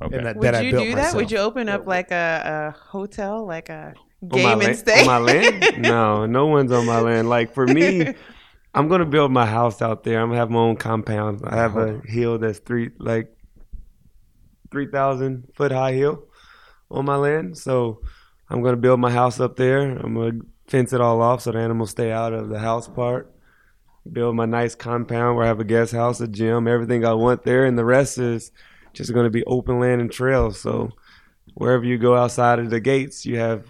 [SPEAKER 3] yeah.
[SPEAKER 4] And that,
[SPEAKER 5] Would
[SPEAKER 4] that I
[SPEAKER 5] you
[SPEAKER 4] built
[SPEAKER 5] do that?
[SPEAKER 4] myself.
[SPEAKER 5] Would you open up like a, a hotel, like a
[SPEAKER 6] on my
[SPEAKER 5] game and
[SPEAKER 6] land-
[SPEAKER 5] stay?
[SPEAKER 6] On my land? No, no one's on my land. Like for me, I'm gonna build my house out there. I'm gonna have my own compound. I have
[SPEAKER 5] Uh-huh.
[SPEAKER 6] a hill that's three like three thousand foot high hill on my land. So I'm gonna build my house up there. I'm gonna fence it all off so the animals stay out of the house part. Build my nice compound where I have a guest house, a gym, everything I want there, and the rest is just gonna be open land and trails. So wherever you go outside of the gates, you have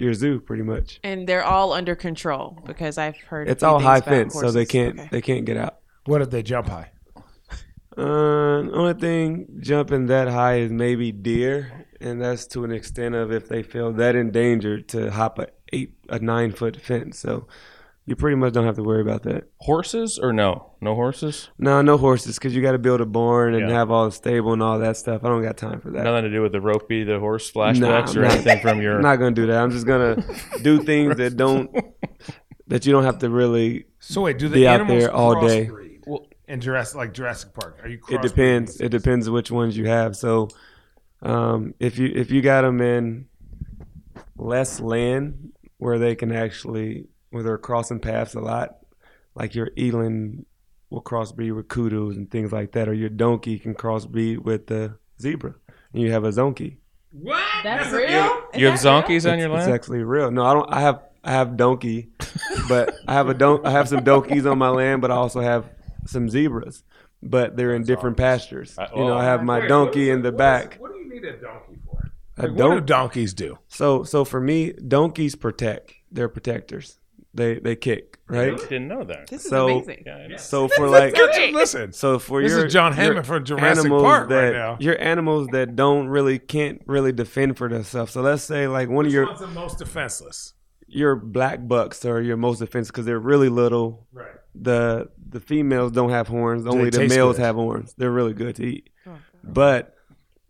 [SPEAKER 6] your zoo pretty much.
[SPEAKER 5] and they're all under control because I've heard a
[SPEAKER 6] It's
[SPEAKER 5] few
[SPEAKER 6] all
[SPEAKER 5] things
[SPEAKER 6] high
[SPEAKER 5] about
[SPEAKER 6] fence, so they
[SPEAKER 5] horses.
[SPEAKER 6] can't
[SPEAKER 5] Okay.
[SPEAKER 6] they can't get out.
[SPEAKER 4] What if they jump high?
[SPEAKER 6] Uh, the only thing jumping that high is maybe deer, and that's to an extent of if they feel that endangered to hop a eight a nine foot fence. So you pretty much don't have to worry about that.
[SPEAKER 3] Horses or no? No horses.
[SPEAKER 6] No, no horses because you got to build a barn and
[SPEAKER 3] Yeah.
[SPEAKER 6] have all the stable and all that stuff. I don't got time for that.
[SPEAKER 3] Nothing to do with the ropey, the horse
[SPEAKER 6] Nah,
[SPEAKER 3] flashbacks,
[SPEAKER 6] I'm
[SPEAKER 3] or
[SPEAKER 6] not-
[SPEAKER 3] anything from your.
[SPEAKER 6] I'm not gonna do that. I'm just gonna do things that don't that you don't have to really
[SPEAKER 4] So wait, do the
[SPEAKER 6] Be out
[SPEAKER 4] animals
[SPEAKER 6] there all day.
[SPEAKER 4] crossbreed in Jurassic like Jurassic Park? Are you
[SPEAKER 6] it depends it depends which ones you have so um, if you if you got them in less land where they can actually where they're crossing paths a lot like your eland will crossbreed with kudos and things like that or your donkey can crossbreed with the zebra and you have a zonky
[SPEAKER 7] That's real?
[SPEAKER 3] you have zonkies on your
[SPEAKER 6] it's
[SPEAKER 3] land.
[SPEAKER 6] actually real no i don't i have i have donkey but i have a don i have some donkeys on my land but i also have some zebras but they're in different pastures
[SPEAKER 3] I-
[SPEAKER 6] you know
[SPEAKER 3] oh.
[SPEAKER 6] i have my donkey in the back
[SPEAKER 4] What do you need a donkey for?
[SPEAKER 6] A
[SPEAKER 4] what do
[SPEAKER 6] don-
[SPEAKER 4] donkeys do?
[SPEAKER 6] so so for me, donkeys protect. They're protectors. They they kick, right?
[SPEAKER 3] Didn't know that.
[SPEAKER 5] This is
[SPEAKER 6] So-
[SPEAKER 5] amazing.
[SPEAKER 3] Yeah, I know.
[SPEAKER 6] So for like
[SPEAKER 4] Listen,
[SPEAKER 6] so for
[SPEAKER 4] This is
[SPEAKER 6] your
[SPEAKER 4] John
[SPEAKER 6] your
[SPEAKER 4] Hammond from Jurassic
[SPEAKER 6] animals
[SPEAKER 4] Park right
[SPEAKER 6] that,
[SPEAKER 4] now.
[SPEAKER 6] Your animals that don't really can't really defend for themselves. So let's say like one of your
[SPEAKER 4] the most defenseless.
[SPEAKER 6] your black bucks are your most defensive because they're really little.
[SPEAKER 4] Right.
[SPEAKER 6] the the females don't have horns. Only the
[SPEAKER 4] taste
[SPEAKER 6] males
[SPEAKER 4] good?
[SPEAKER 6] have horns. They're really good to eat, but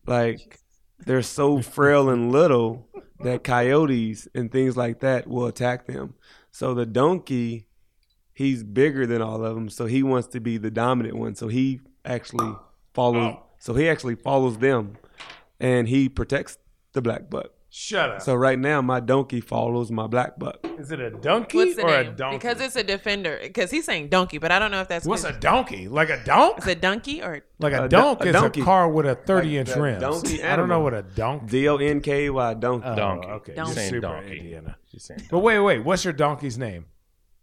[SPEAKER 6] like they're so frail and little that coyotes and things like that will attack them. So the donkey, he's bigger than all of them, so he wants to be the dominant one. So he actually follows. So he actually follows them, and he protects the black buck.
[SPEAKER 4] Shut up.
[SPEAKER 6] So right now, my donkey follows my black buck.
[SPEAKER 4] Is it a donkey
[SPEAKER 5] What's the
[SPEAKER 4] or a
[SPEAKER 5] name?
[SPEAKER 4] donkey?
[SPEAKER 5] Because it's a defender. Because he's saying donkey, but I don't know if that's
[SPEAKER 4] what's a
[SPEAKER 5] good.
[SPEAKER 4] donkey? Like a donk?
[SPEAKER 5] It's a donkey or
[SPEAKER 4] Like a,
[SPEAKER 6] a do-
[SPEAKER 4] donk
[SPEAKER 6] a
[SPEAKER 4] is
[SPEAKER 6] donkey.
[SPEAKER 4] a car with a thirty-inch
[SPEAKER 6] the
[SPEAKER 4] rim.
[SPEAKER 6] donkey
[SPEAKER 4] I don't know
[SPEAKER 6] animal.
[SPEAKER 4] what a donk.
[SPEAKER 6] D O N K Y donkey.
[SPEAKER 4] Oh,
[SPEAKER 3] Donkey.
[SPEAKER 4] Okay.
[SPEAKER 5] Donkey.
[SPEAKER 4] You're
[SPEAKER 3] Saying
[SPEAKER 4] super
[SPEAKER 3] donkey.
[SPEAKER 4] Indiana.
[SPEAKER 3] She's saying
[SPEAKER 4] But wait, wait. What's your donkey's name?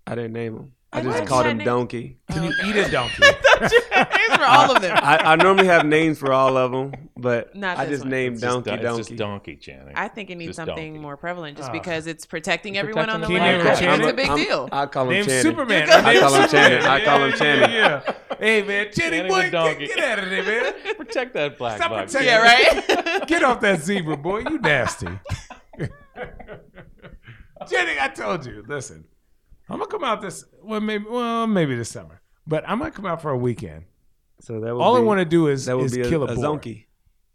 [SPEAKER 6] I didn't name him.
[SPEAKER 5] I
[SPEAKER 6] I just
[SPEAKER 5] like
[SPEAKER 6] called
[SPEAKER 5] that
[SPEAKER 6] him
[SPEAKER 5] name.
[SPEAKER 6] Donkey.
[SPEAKER 4] Can you eat a donkey?
[SPEAKER 5] names for all of them.
[SPEAKER 6] I, I normally have names for all of them, but
[SPEAKER 5] Not
[SPEAKER 6] I
[SPEAKER 5] this
[SPEAKER 6] just
[SPEAKER 5] one.
[SPEAKER 6] named
[SPEAKER 3] It's just
[SPEAKER 6] Donkey
[SPEAKER 3] don- It's
[SPEAKER 6] Donkey.
[SPEAKER 3] just donkey, Channing.
[SPEAKER 5] I think it needs
[SPEAKER 3] Just
[SPEAKER 5] something
[SPEAKER 3] donkey.
[SPEAKER 5] more prevalent, just because it's protecting everyone on the
[SPEAKER 4] Ah. protecting the
[SPEAKER 5] land. I
[SPEAKER 4] land.
[SPEAKER 5] think it's a
[SPEAKER 4] I'm-
[SPEAKER 5] big deal.
[SPEAKER 6] I call him
[SPEAKER 4] Name
[SPEAKER 6] Channing.
[SPEAKER 4] Superman.
[SPEAKER 5] You're
[SPEAKER 4] Name
[SPEAKER 5] good.
[SPEAKER 6] I call him
[SPEAKER 4] Superman.
[SPEAKER 6] Channing. I call him Channing.
[SPEAKER 4] Yeah, yeah, yeah. Hey man, Channing
[SPEAKER 3] Channing
[SPEAKER 4] boy,
[SPEAKER 3] the donkey.
[SPEAKER 4] Get, get out of there, man.
[SPEAKER 3] Protect that black
[SPEAKER 4] Stop
[SPEAKER 3] box.
[SPEAKER 4] protecting-
[SPEAKER 5] Yeah, right.
[SPEAKER 4] Get off that zebra, boy. You nasty. Jenny, I told you. Listen, I'm gonna come out this well, maybe well, maybe this summer, but I might come out for a weekend.
[SPEAKER 6] So that would
[SPEAKER 4] All
[SPEAKER 6] be,
[SPEAKER 4] I want to do is,
[SPEAKER 6] that would
[SPEAKER 4] is
[SPEAKER 6] be a,
[SPEAKER 4] kill a,
[SPEAKER 6] a
[SPEAKER 4] boar.
[SPEAKER 6] Zonky.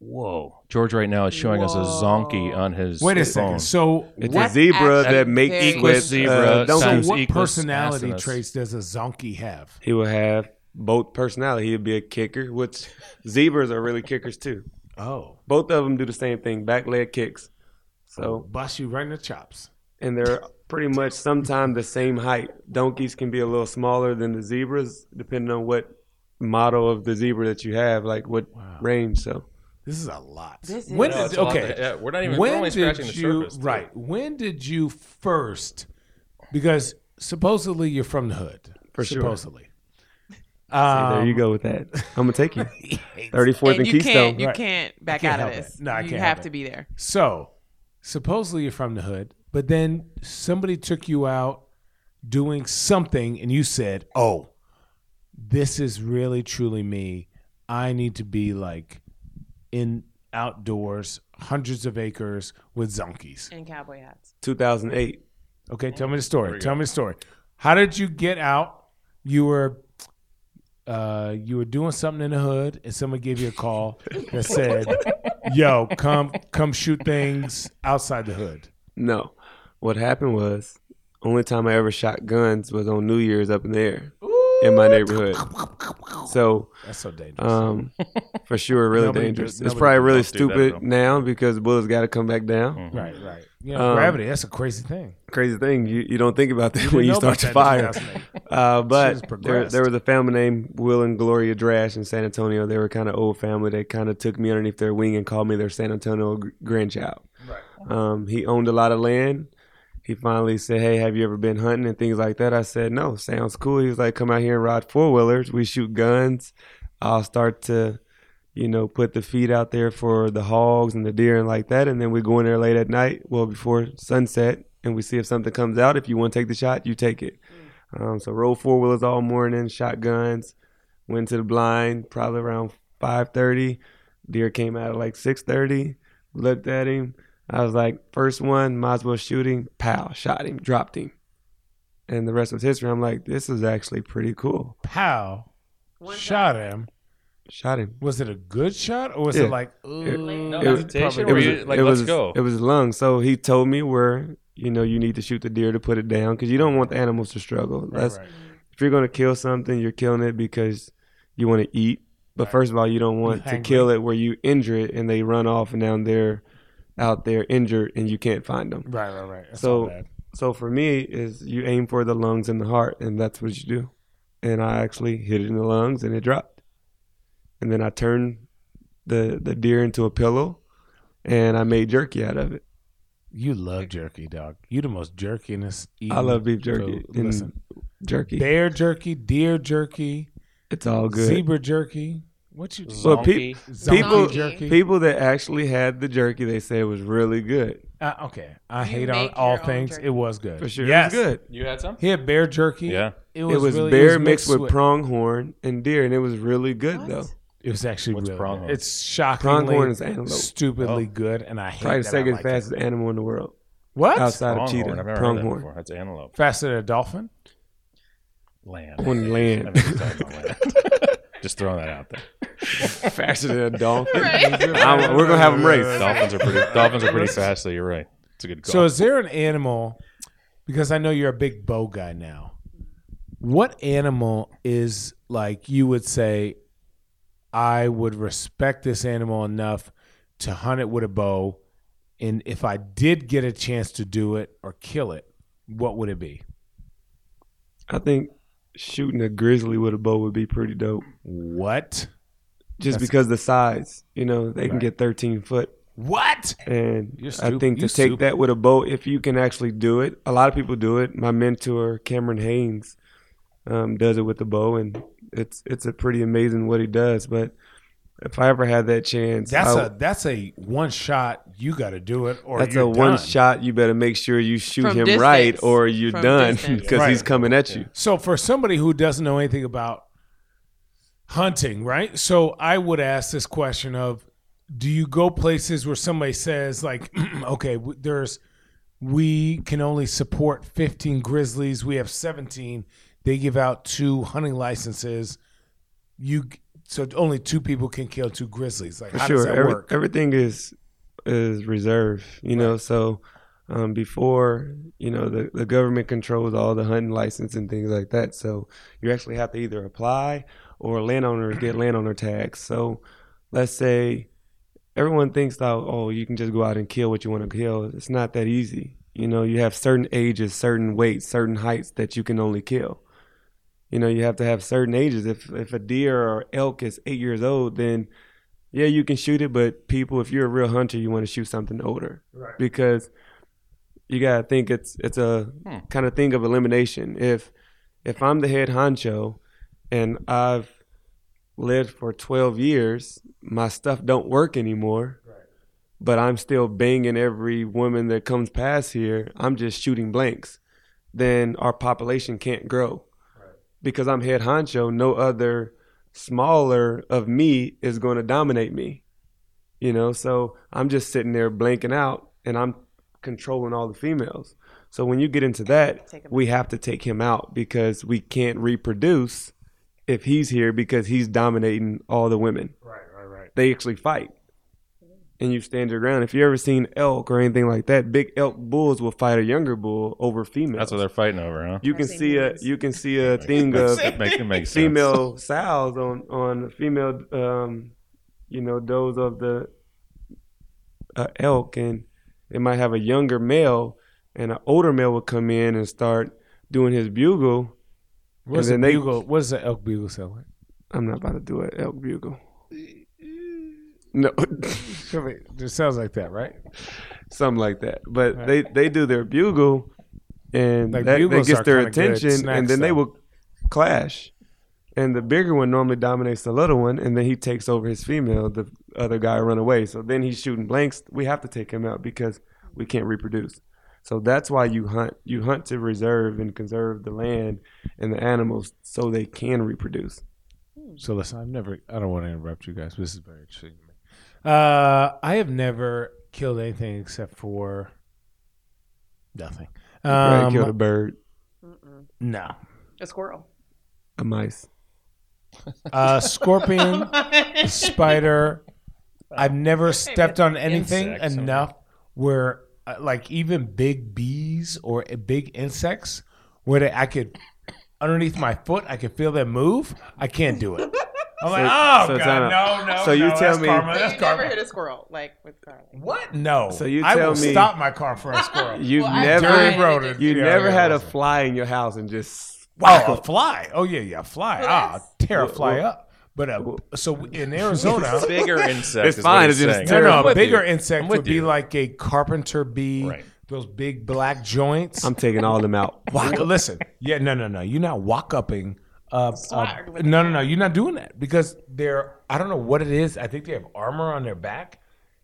[SPEAKER 3] Whoa. George right now is showing us a zonky on his
[SPEAKER 4] Wait
[SPEAKER 3] phone.
[SPEAKER 4] a second. So
[SPEAKER 6] It's
[SPEAKER 4] what?
[SPEAKER 6] a zebra
[SPEAKER 5] action?
[SPEAKER 6] that makes
[SPEAKER 5] Very
[SPEAKER 6] with
[SPEAKER 3] Equals zebra,
[SPEAKER 6] Uh, donkey.
[SPEAKER 3] sounds
[SPEAKER 4] so what
[SPEAKER 3] equals
[SPEAKER 4] personality
[SPEAKER 3] assonance.
[SPEAKER 4] traits does a zonkey have?
[SPEAKER 6] He will have both personality. He'd be a kicker, which zebras are really kickers too.
[SPEAKER 4] Oh,
[SPEAKER 6] Both of them do the same thing, back leg kicks.
[SPEAKER 4] so
[SPEAKER 6] So
[SPEAKER 4] bust you right in the chops.
[SPEAKER 6] and they're pretty much sometimes the same height. Donkeys can be a little smaller than the zebras, depending on what model of the zebra that you have, like what range. So
[SPEAKER 4] This is a lot.
[SPEAKER 5] This is-
[SPEAKER 4] when
[SPEAKER 5] No,
[SPEAKER 4] did
[SPEAKER 3] it's a lot.
[SPEAKER 4] okay?
[SPEAKER 3] Yeah, we're not even- we're
[SPEAKER 4] When
[SPEAKER 3] only
[SPEAKER 4] did
[SPEAKER 3] scratching the
[SPEAKER 4] you
[SPEAKER 3] surface, too.
[SPEAKER 4] right? When did you first? Because supposedly you're from the hood.
[SPEAKER 6] For sure.
[SPEAKER 4] supposedly.
[SPEAKER 6] Hey, there you
[SPEAKER 4] Um,
[SPEAKER 6] go with that. I'm gonna take you. 34th and,
[SPEAKER 5] and you
[SPEAKER 6] Keystone.
[SPEAKER 5] can't you
[SPEAKER 4] Right.
[SPEAKER 5] can't back
[SPEAKER 4] can't
[SPEAKER 5] out of
[SPEAKER 4] help
[SPEAKER 5] this.
[SPEAKER 4] it. No, I
[SPEAKER 5] you
[SPEAKER 4] can't
[SPEAKER 5] have
[SPEAKER 4] help
[SPEAKER 5] to
[SPEAKER 4] it.
[SPEAKER 5] be there.
[SPEAKER 4] So, supposedly you're from the hood, but then somebody took you out doing something and you said, "Oh, this is really truly me. I need to be like in outdoors, hundreds of acres with zonkies."
[SPEAKER 5] In cowboy hats.
[SPEAKER 6] 2008.
[SPEAKER 4] Okay, tell me the story. Tell me the story. How did you get out? You were uh, you were doing something in the hood, and someone gave you a call that said, "Yo, come come shoot things outside the hood."
[SPEAKER 6] No, what happened was only time I ever shot guns was on New Year's up in the air in my neighborhood. So
[SPEAKER 4] That's so dangerous.
[SPEAKER 6] um, for sure, really
[SPEAKER 4] Nobody
[SPEAKER 6] dangerous.
[SPEAKER 4] do-
[SPEAKER 6] it's
[SPEAKER 4] nobody
[SPEAKER 6] probably
[SPEAKER 4] do-
[SPEAKER 6] really
[SPEAKER 3] don't do that,
[SPEAKER 6] stupid now because bullets got to come back down.
[SPEAKER 3] Mm-hmm.
[SPEAKER 4] right, right. You know,
[SPEAKER 6] um,
[SPEAKER 4] gravity. That's a crazy thing.
[SPEAKER 6] Crazy thing, you, you don't think about that when you
[SPEAKER 4] know
[SPEAKER 6] start to
[SPEAKER 4] about that in
[SPEAKER 6] fire.
[SPEAKER 4] 2008.
[SPEAKER 6] Uh,
[SPEAKER 4] Shit has
[SPEAKER 6] but there,
[SPEAKER 4] progressed.
[SPEAKER 6] there was a family named Will and Gloria Drash in San Antonio. They were kind of old family. They kind of took me underneath their wing and called me their San Antonio gr- grandchild. Right. Um, he owned a lot of land. He finally said, "Hey, have you ever been hunting and things like that?" I said, "No, sounds cool." He was like, "Come out here and ride four wheelers. We shoot guns. I'll start to, you know, put the feed out there for the hogs and the deer and like that, and then we go in there late at night, well before sunset, and we see if something comes out. If you want to take the shot, you take it." Um, so rode four wheelers all morning, shotguns, went to the blind probably around five thirty. Deer came out at like six thirty. Looked at him. I was like, first one, might as well shoot him. Pow, shot him, dropped him. And the rest was history. I'm like, this is actually pretty cool.
[SPEAKER 4] Pow! Shot him.
[SPEAKER 6] Shot him.
[SPEAKER 4] Was it a good shot or was
[SPEAKER 6] Yeah.
[SPEAKER 4] it like? Ooh,
[SPEAKER 3] No
[SPEAKER 6] It was-
[SPEAKER 3] hesitation.
[SPEAKER 6] it
[SPEAKER 3] Were
[SPEAKER 6] was,
[SPEAKER 3] you like,
[SPEAKER 6] it
[SPEAKER 3] let's
[SPEAKER 6] was,
[SPEAKER 3] go?
[SPEAKER 6] It was long. So he told me where you know you need to shoot the deer to put it down because you don't want the animals to struggle. That's,
[SPEAKER 4] right.
[SPEAKER 6] If you're gonna kill something, you're killing it because you want to eat. But first of all, you don't want to
[SPEAKER 4] Hangry.
[SPEAKER 6] kill it where you injure it and they run off and now they're out there injured and you can't find them.
[SPEAKER 4] right, right, right. That's
[SPEAKER 6] So-
[SPEAKER 4] not bad.
[SPEAKER 6] So for me, is you aim for the lungs and the heart, and that's what you do. And I actually hit it in the lungs, and it dropped. And then I turned the the deer into a pillow, and I made jerky out of it.
[SPEAKER 4] you love jerky, dog. You the most jerkiness.
[SPEAKER 6] I love beef jerky. and
[SPEAKER 4] Mm-hmm. Listen,
[SPEAKER 6] jerky.
[SPEAKER 4] bear jerky, deer jerky,
[SPEAKER 6] it's all good.
[SPEAKER 4] zebra jerky. What you
[SPEAKER 6] Well, pe-
[SPEAKER 4] Zombie
[SPEAKER 6] people-
[SPEAKER 4] jerky.
[SPEAKER 6] people that actually had the jerky, they say it was really good
[SPEAKER 4] Uh, okay, I
[SPEAKER 5] You
[SPEAKER 4] hate on
[SPEAKER 5] make
[SPEAKER 4] all
[SPEAKER 5] your own
[SPEAKER 4] things.
[SPEAKER 5] jerky.
[SPEAKER 4] It was good
[SPEAKER 6] for sure.
[SPEAKER 4] Yes,
[SPEAKER 6] It was good.
[SPEAKER 3] you had some?
[SPEAKER 4] He had bear jerky.
[SPEAKER 3] Yeah.
[SPEAKER 4] it
[SPEAKER 6] It was
[SPEAKER 4] really-
[SPEAKER 6] bear
[SPEAKER 4] was
[SPEAKER 6] mixed with
[SPEAKER 4] with-
[SPEAKER 6] pronghorn and deer, and it was really good
[SPEAKER 5] What?
[SPEAKER 6] though.
[SPEAKER 4] It was actually
[SPEAKER 3] What's Oh.
[SPEAKER 4] really
[SPEAKER 3] pronghorn?
[SPEAKER 4] good. It's shockingly
[SPEAKER 6] Pronghorn is antelope.
[SPEAKER 4] stupidly good, and I hate
[SPEAKER 6] Probably the
[SPEAKER 4] that I
[SPEAKER 6] second
[SPEAKER 4] like it.
[SPEAKER 6] fastest animal in the world
[SPEAKER 4] What?
[SPEAKER 6] outside of
[SPEAKER 3] Pronghorn.
[SPEAKER 6] cheetah.
[SPEAKER 3] I've never heard that
[SPEAKER 6] pronghorn.
[SPEAKER 3] before. That's antelope.
[SPEAKER 4] Faster than a dolphin?
[SPEAKER 3] Land.
[SPEAKER 6] on
[SPEAKER 3] I've
[SPEAKER 6] land
[SPEAKER 3] never thought about land. Just throwing that out there.
[SPEAKER 6] faster than a dolphin.
[SPEAKER 7] Right?
[SPEAKER 6] I'm- we're gonna have them race.
[SPEAKER 3] Dolphins are pretty. Dolphins are pretty fast. So you're right. It's a good call.
[SPEAKER 4] So is there an animal because I know you're a big bow guy now. What animal is like you would say I would respect this animal enough to hunt it with a bow and if I did get a chance to do it or kill it, what would it be?
[SPEAKER 6] I think shooting a grizzly with a bow would be pretty dope,
[SPEAKER 4] What?
[SPEAKER 6] just
[SPEAKER 4] That's-
[SPEAKER 6] because the size. You know, they can
[SPEAKER 4] Right.
[SPEAKER 6] get 13 foot,
[SPEAKER 4] What?
[SPEAKER 6] and
[SPEAKER 4] You're
[SPEAKER 6] I
[SPEAKER 4] stupid.
[SPEAKER 6] think to
[SPEAKER 4] You
[SPEAKER 6] take
[SPEAKER 4] stupid.
[SPEAKER 6] that with a bow, if you can actually do it, a lot of people do it. My mentor Cameron Haynes um, does it with the bow, and it's it's a pretty amazing what he does. But if I ever had that chance,
[SPEAKER 4] That's
[SPEAKER 6] I-
[SPEAKER 4] a that's a one shot. You got to do it, or
[SPEAKER 6] Oh. that's
[SPEAKER 4] you're
[SPEAKER 6] a one
[SPEAKER 4] done.
[SPEAKER 6] shot. You better make sure you shoot
[SPEAKER 5] From
[SPEAKER 6] him
[SPEAKER 5] distance.
[SPEAKER 6] right, or you're
[SPEAKER 5] From
[SPEAKER 6] done
[SPEAKER 5] distance.
[SPEAKER 6] because he's
[SPEAKER 4] Right.
[SPEAKER 6] coming at you.
[SPEAKER 4] So for somebody who doesn't know anything about hunting, right? So I would ask this question of do you go places where somebody says like okay, w- there's we can only support 15 grizzlies, we have 17. They give out two hunting licenses. You so only two people can kill two grizzlies. Like
[SPEAKER 6] For
[SPEAKER 4] how
[SPEAKER 6] sure,
[SPEAKER 4] does that
[SPEAKER 6] Every-
[SPEAKER 4] work?
[SPEAKER 6] everything is is reserved, you know. So um, before you know the, the government controls all the hunting license and things like that so you actually have to either apply or landowners get landowner tags so let's say everyone thinks that oh you can just go out and kill what you want to kill it's not that easy you know you have certain ages certain weights certain heights that you can only kill you know you have to have certain ages if if a deer or elk is eight years old then yeah you can shoot it but people if you're a real hunter you want to shoot something older right. because you gotta think it's it's a kind of thing of elimination if if i'm the head honcho and i've lived for 12 years my stuff don't work anymore but i'm still banging every woman that comes past here i'm just shooting blanks then our population can't grow because I'm head honcho, no other smaller of me is going to dominate me. You know, so I'm just sitting there blanking out and I'm controlling all the females. So when you get into that,
[SPEAKER 5] Take him
[SPEAKER 6] we have to take him out because we can't reproduce if he's here because he's dominating all the women.
[SPEAKER 4] Right, right, right.
[SPEAKER 6] They actually fight. And you stand your ground. If you ever seen elk or anything like that, big elk bulls will fight a younger bull over females.
[SPEAKER 3] That's what they're fighting over, huh?
[SPEAKER 6] you can
[SPEAKER 5] seen
[SPEAKER 6] see a
[SPEAKER 5] movies.
[SPEAKER 6] you can see a thing
[SPEAKER 3] That's-
[SPEAKER 6] of
[SPEAKER 3] that makes, it makes sense.
[SPEAKER 6] female sows on on female um you know those of the uh, elk and it might have a younger male and an older male will come in and start doing his bugle
[SPEAKER 4] What's the
[SPEAKER 6] And then they-
[SPEAKER 4] bugle? What's the elk bugle sound like?
[SPEAKER 6] i'm not about to do an elk bugle no
[SPEAKER 4] Come here. It sounds like that, right?
[SPEAKER 6] something like that but they they do their bugle and
[SPEAKER 4] Like,
[SPEAKER 6] that, that
[SPEAKER 4] bugles are
[SPEAKER 6] gets their
[SPEAKER 4] kinda good
[SPEAKER 6] attention
[SPEAKER 4] snacks,
[SPEAKER 6] and then they
[SPEAKER 4] though.
[SPEAKER 6] will clash and the bigger one normally dominates the little one and then he takes over his female the other guy run away so then he's shooting blanks we have to take him out because we can't reproduce so that's why you hunt you hunt to reserve and conserve the land and the animals so they can reproduce
[SPEAKER 4] So listen, I've never. I don't want to interrupt you guys. but This is very interesting to me. Uh, I have never killed anything except for nothing.
[SPEAKER 6] I killed a
[SPEAKER 4] Um,
[SPEAKER 6] bird
[SPEAKER 4] no,
[SPEAKER 7] A squirrel.
[SPEAKER 6] a mice
[SPEAKER 4] uh, scorpion, spider. I've never stepped on anything
[SPEAKER 3] Insects, okay.
[SPEAKER 4] enough where, uh, like, even big bees or uh, big insects, where they, I could underneath my foot, I could feel them move. I can't do it. I'm like, oh
[SPEAKER 6] so time
[SPEAKER 4] god, no, no.
[SPEAKER 6] So you
[SPEAKER 4] no,
[SPEAKER 6] tell
[SPEAKER 4] that's
[SPEAKER 6] me-
[SPEAKER 4] karma,
[SPEAKER 5] But
[SPEAKER 4] that's
[SPEAKER 5] you
[SPEAKER 4] karma.
[SPEAKER 5] never hit a squirrel like with garlic.
[SPEAKER 4] What? No.
[SPEAKER 6] So you
[SPEAKER 4] I
[SPEAKER 6] tell
[SPEAKER 4] will
[SPEAKER 6] me-
[SPEAKER 4] stop my car for a squirrel.
[SPEAKER 6] you
[SPEAKER 7] Well, I
[SPEAKER 6] never
[SPEAKER 7] tried.
[SPEAKER 4] Dirty rodent.
[SPEAKER 6] you
[SPEAKER 4] Yeah,
[SPEAKER 6] never
[SPEAKER 4] yeah,
[SPEAKER 6] had a
[SPEAKER 4] listen.
[SPEAKER 6] fly in your house and just
[SPEAKER 4] Oh, a fly. Oh yeah, yeah, fly. Ah,
[SPEAKER 5] that's-
[SPEAKER 4] tear a fly up. But uh, so in Arizona,
[SPEAKER 3] Bigger insect.
[SPEAKER 6] It's
[SPEAKER 3] is what
[SPEAKER 6] fine,
[SPEAKER 3] he's
[SPEAKER 6] it's just
[SPEAKER 3] saying.
[SPEAKER 4] no,
[SPEAKER 6] I'm
[SPEAKER 4] no, a
[SPEAKER 6] with
[SPEAKER 4] bigger
[SPEAKER 3] you.
[SPEAKER 4] insect
[SPEAKER 3] I'm with
[SPEAKER 4] would be
[SPEAKER 3] you.
[SPEAKER 4] like a carpenter bee.
[SPEAKER 3] Right.
[SPEAKER 4] Those big black joints.
[SPEAKER 6] i'm taking all them out
[SPEAKER 4] Walk- listen, yeah, no, no, no. You're not walk upping. Uh, uh,
[SPEAKER 5] Swag with
[SPEAKER 4] no, no, no. You're not doing that because they're. I don't know what it is. I think they have armor on their back,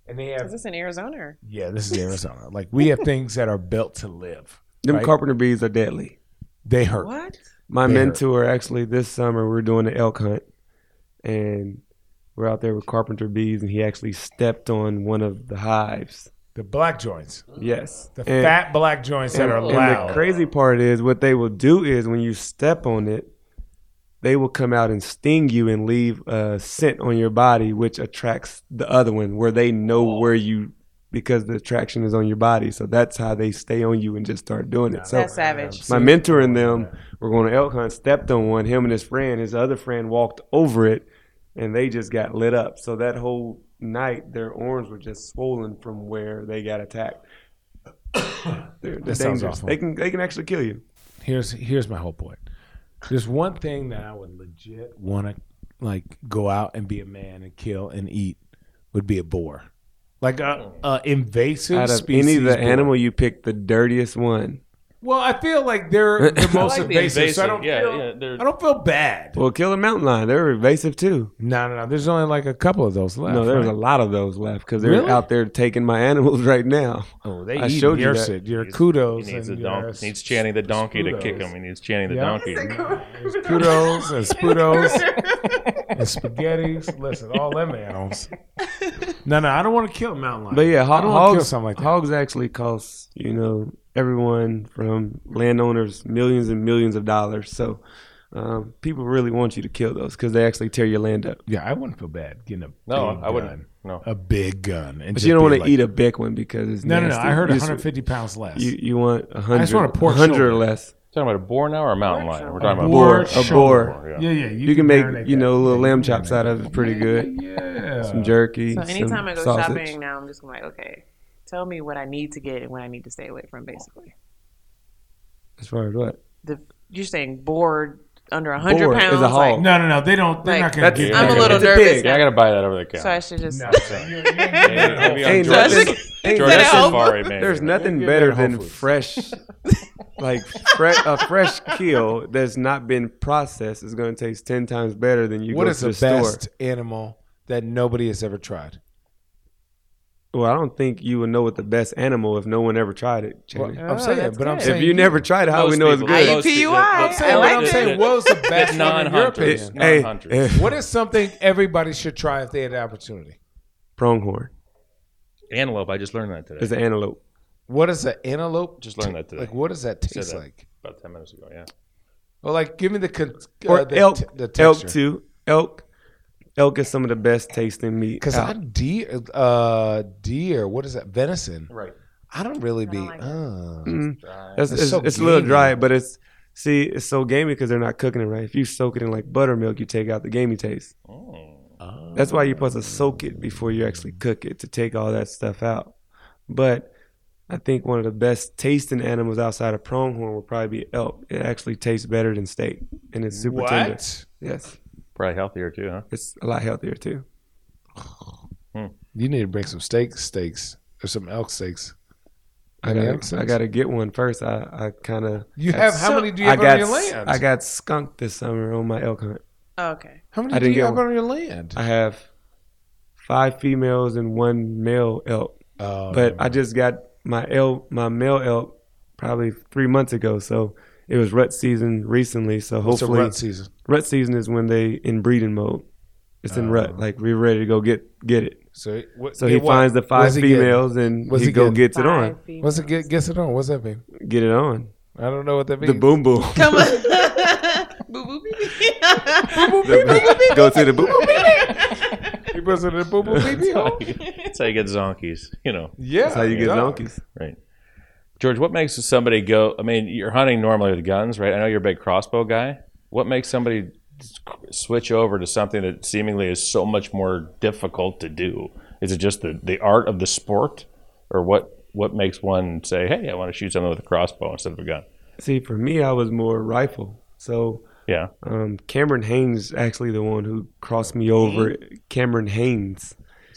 [SPEAKER 4] and they have.
[SPEAKER 5] Is this in Arizona? Or?
[SPEAKER 4] Yeah, this is Arizona. like we have things that are built to live.
[SPEAKER 6] Them
[SPEAKER 4] Right.
[SPEAKER 6] carpenter bees are deadly.
[SPEAKER 4] They hurt.
[SPEAKER 5] What?
[SPEAKER 6] My
[SPEAKER 4] They're-
[SPEAKER 6] mentor actually this summer we're doing an elk hunt, and we're out there with carpenter bees, and he actually stepped on one of the hives.
[SPEAKER 4] The black joints.
[SPEAKER 6] Yes,
[SPEAKER 4] The
[SPEAKER 6] and,
[SPEAKER 4] fat black joints that
[SPEAKER 6] and-
[SPEAKER 4] are
[SPEAKER 6] and
[SPEAKER 4] loud.
[SPEAKER 6] the crazy part is what they will do is when you step on it, they will come out and sting you and leave a scent on your body, which attracts the other one where they know where you because the attraction is on your body. So that's how they stay on you and just start doing it. So
[SPEAKER 5] That's savage.
[SPEAKER 6] my mentor and them were going to elk hunt, stepped on one. Him and his friend, his other friend, walked over it, and they just got lit up. So that whole night, their arms were just swollen from where they got attacked. They're, they're
[SPEAKER 4] sounds
[SPEAKER 6] dangerous.
[SPEAKER 4] awful.
[SPEAKER 6] They can they can actually kill you.
[SPEAKER 4] here's here's my whole point. There's one thing that I would legit want to like go out and be a man and kill and eat would be a boar, like a, a invasive
[SPEAKER 6] Out of
[SPEAKER 4] species.
[SPEAKER 6] any of the
[SPEAKER 4] boar.
[SPEAKER 6] animal, you pick the dirtiest one.
[SPEAKER 4] Well, I feel like they're the most
[SPEAKER 3] like the
[SPEAKER 4] invasive, so I
[SPEAKER 3] invasive.
[SPEAKER 4] don't
[SPEAKER 3] Yeah,
[SPEAKER 4] feel
[SPEAKER 3] yeah, they're-
[SPEAKER 4] I don't feel bad.
[SPEAKER 6] Well, kill a mountain lion. They're invasive too.
[SPEAKER 4] No, no, no. There's only like a couple of those left.
[SPEAKER 6] No, there's
[SPEAKER 4] right?
[SPEAKER 6] a lot of those left because they're
[SPEAKER 4] Really?
[SPEAKER 6] out there taking my animals right now.
[SPEAKER 4] Oh, they
[SPEAKER 6] I
[SPEAKER 4] eat
[SPEAKER 6] showed you
[SPEAKER 4] your
[SPEAKER 6] that.
[SPEAKER 4] shit, your kudos,
[SPEAKER 3] He needs, a
[SPEAKER 4] and
[SPEAKER 3] don-
[SPEAKER 4] your
[SPEAKER 3] needs Channing the donkey to kick
[SPEAKER 4] kudos.
[SPEAKER 3] him. He needs Channing the
[SPEAKER 4] Yeah.
[SPEAKER 3] donkey.
[SPEAKER 4] kudos and spudos and spaghetti's. Listen, all them animals. No, no, I don't want to kill a mountain lion.
[SPEAKER 6] But yeah, ho-
[SPEAKER 4] I don't want to kill
[SPEAKER 6] hogs,
[SPEAKER 4] something like that.
[SPEAKER 6] hogs actually cost, you know, everyone from landowners millions and millions of dollars. So Um, people really want you to kill those because they actually tear your land up.
[SPEAKER 8] Yeah, I wouldn't feel bad getting a
[SPEAKER 3] No,
[SPEAKER 8] big
[SPEAKER 3] I wouldn't.
[SPEAKER 8] gun.
[SPEAKER 3] No.
[SPEAKER 8] a big gun. And
[SPEAKER 6] But
[SPEAKER 8] just
[SPEAKER 6] you don't
[SPEAKER 8] be
[SPEAKER 6] want to
[SPEAKER 8] like-
[SPEAKER 6] eat a big one because it's
[SPEAKER 8] No, no, no.
[SPEAKER 6] nasty.
[SPEAKER 8] I heard
[SPEAKER 6] You just-
[SPEAKER 8] 150 pounds less.
[SPEAKER 6] You, you want a hundred?
[SPEAKER 8] just want a pork
[SPEAKER 6] 100
[SPEAKER 8] shoulder.
[SPEAKER 6] or less.
[SPEAKER 3] Talking about a boar now or a mountain lion? We're talking
[SPEAKER 8] a
[SPEAKER 3] about
[SPEAKER 8] boar,
[SPEAKER 6] a
[SPEAKER 8] shoulder.
[SPEAKER 6] boar.
[SPEAKER 8] Yeah, yeah.
[SPEAKER 6] You, can make
[SPEAKER 8] marinate
[SPEAKER 6] you
[SPEAKER 8] that.
[SPEAKER 6] know little
[SPEAKER 8] Yeah,
[SPEAKER 6] lamb
[SPEAKER 8] you can
[SPEAKER 6] chops
[SPEAKER 8] marinate
[SPEAKER 6] out of it. Pretty good.
[SPEAKER 8] Yeah.
[SPEAKER 6] Some jerky.
[SPEAKER 5] So anytime
[SPEAKER 6] some
[SPEAKER 5] I go
[SPEAKER 6] sausage.
[SPEAKER 5] shopping now, I'm just like, okay, tell me what I need to get and what I need to stay away from. Basically,
[SPEAKER 6] as far as what?
[SPEAKER 5] the you're saying bored under hundred
[SPEAKER 6] Bored is a
[SPEAKER 5] pounds.
[SPEAKER 6] hog.
[SPEAKER 5] like,
[SPEAKER 8] No, no, no. They don't. They're not
[SPEAKER 5] Like,
[SPEAKER 8] going to
[SPEAKER 6] that's-
[SPEAKER 8] get.
[SPEAKER 5] I'm a
[SPEAKER 8] that.
[SPEAKER 5] little
[SPEAKER 6] It's a
[SPEAKER 5] nervous.
[SPEAKER 6] pig.
[SPEAKER 5] now.
[SPEAKER 3] Yeah, I gotta buy that over the counter.
[SPEAKER 5] so I should just.
[SPEAKER 8] No,
[SPEAKER 3] Maybe- maybe I'm
[SPEAKER 6] Ain't
[SPEAKER 3] George-
[SPEAKER 6] nothing- ain't
[SPEAKER 3] George, that's too
[SPEAKER 6] nothing-
[SPEAKER 3] far away, man.
[SPEAKER 6] There's nothing
[SPEAKER 8] get that
[SPEAKER 6] better
[SPEAKER 8] at Whole
[SPEAKER 6] than
[SPEAKER 8] Foods.
[SPEAKER 6] fresh, like fre- a fresh kill that's not been processed is going to taste ten times better than you
[SPEAKER 4] What
[SPEAKER 6] go
[SPEAKER 4] is
[SPEAKER 6] to
[SPEAKER 4] the
[SPEAKER 6] the,
[SPEAKER 4] best
[SPEAKER 6] store.
[SPEAKER 4] animal that nobody has ever tried?
[SPEAKER 6] Well, I don't think you would know what the best animal if no one ever tried it. Jamie.
[SPEAKER 4] I'm saying, but uh, I'm
[SPEAKER 5] good.
[SPEAKER 6] if
[SPEAKER 4] saying
[SPEAKER 6] you never tried it, how we know it's good?
[SPEAKER 5] most IUPUI. I
[SPEAKER 4] I'm saying,
[SPEAKER 5] like
[SPEAKER 4] but I'm
[SPEAKER 5] it.
[SPEAKER 4] saying, what was the best one in your
[SPEAKER 3] non-hunters.
[SPEAKER 4] opinion?
[SPEAKER 6] Hey,
[SPEAKER 3] Non-hunters.
[SPEAKER 6] eh,
[SPEAKER 4] What is something everybody should try if they had the opportunity?
[SPEAKER 6] pronghorn
[SPEAKER 3] Antelope. I just learned that today.
[SPEAKER 6] is an antelope.
[SPEAKER 4] What is an antelope?
[SPEAKER 3] Just learned that today.
[SPEAKER 4] Like, what does that taste
[SPEAKER 3] that.
[SPEAKER 4] like?
[SPEAKER 3] About ten minutes ago. Yeah.
[SPEAKER 4] Well, like, give me the con- uh,
[SPEAKER 6] Or
[SPEAKER 4] the,
[SPEAKER 6] elk.
[SPEAKER 4] t- the
[SPEAKER 6] elk
[SPEAKER 4] texture.
[SPEAKER 6] too. Elk. Elk is some of the best tasting meat.
[SPEAKER 4] Because
[SPEAKER 6] out.
[SPEAKER 4] I deer, uh, deer. What is that? Venison.
[SPEAKER 3] Right.
[SPEAKER 4] I don't really be.
[SPEAKER 5] like it.
[SPEAKER 4] uh,
[SPEAKER 6] Mm. That's,
[SPEAKER 4] It's
[SPEAKER 6] it's,
[SPEAKER 4] so
[SPEAKER 6] it's a little
[SPEAKER 4] gamey.
[SPEAKER 6] dry, but it's see, it's so gamey because they're not cooking it right. If you soak it in like buttermilk, you take out the gamey taste. That's why you're supposed to soak it before you actually cook it to take all that stuff out. But I think one of the best tasting animals outside of pronghorn will probably be elk. It actually tastes better than steak, and it's super tender.
[SPEAKER 4] what?
[SPEAKER 6] Yes,
[SPEAKER 3] Probably healthier too, huh?
[SPEAKER 6] it's a lot healthier too.
[SPEAKER 4] You need to bring some steak steaks or some elk steaks.
[SPEAKER 6] I
[SPEAKER 4] Any
[SPEAKER 6] got
[SPEAKER 4] elk
[SPEAKER 6] I
[SPEAKER 4] steaks?
[SPEAKER 6] got to get one first. I, I kind of
[SPEAKER 4] You have how many do you
[SPEAKER 6] I
[SPEAKER 4] have
[SPEAKER 6] got
[SPEAKER 4] on your
[SPEAKER 6] s-
[SPEAKER 4] land?
[SPEAKER 6] I got skunked this summer on my elk hunt.
[SPEAKER 5] Oh, okay.
[SPEAKER 4] how many
[SPEAKER 6] I
[SPEAKER 4] do
[SPEAKER 6] didn't
[SPEAKER 4] you
[SPEAKER 6] get
[SPEAKER 4] have
[SPEAKER 6] one.
[SPEAKER 4] on your land?
[SPEAKER 6] I have five females and one male elk.
[SPEAKER 4] Oh,
[SPEAKER 6] but
[SPEAKER 4] yeah.
[SPEAKER 6] I just got my elk, my male elk, probably three months ago. So it was rut season recently. So
[SPEAKER 4] it's a
[SPEAKER 6] hopefully,
[SPEAKER 4] rut
[SPEAKER 6] rut,
[SPEAKER 4] season.
[SPEAKER 6] season is when they in breeding mode. It's in rut. Like we're ready to go get get it.
[SPEAKER 4] So, what,
[SPEAKER 6] So he
[SPEAKER 4] Oh. get what?
[SPEAKER 6] finds the five
[SPEAKER 4] What's he getting?
[SPEAKER 6] females and
[SPEAKER 4] What's
[SPEAKER 6] he,
[SPEAKER 4] he
[SPEAKER 6] go
[SPEAKER 4] getting?
[SPEAKER 6] gets it on,
[SPEAKER 5] Five
[SPEAKER 4] What's it get, guess it on? What's that mean?
[SPEAKER 6] get it on.
[SPEAKER 4] I don't know what that means.
[SPEAKER 6] The boom boom.
[SPEAKER 5] Come on. boo boo bee bee.
[SPEAKER 6] The- go to the boom boom.
[SPEAKER 4] He puts it in the boo boo bee bee hole.
[SPEAKER 3] That's how you get zonkies. You know.
[SPEAKER 4] Yeah,
[SPEAKER 6] That's how you get
[SPEAKER 4] yeah.
[SPEAKER 6] donkeys.
[SPEAKER 3] Right. George, what makes somebody go? I mean, you're hunting normally with guns, right? I know you're a big crossbow guy. What makes somebody s- switch over to something that seemingly is so much more difficult to do? Is it just the, the art of the sport, or what? What makes one say, "Hey, I want to shoot something with a crossbow instead of a gun"?
[SPEAKER 6] See, for me, I was more rifle. So
[SPEAKER 3] Yeah.
[SPEAKER 6] Um, Cameron Haynes actually the one who crossed me over. Cameron Haynes.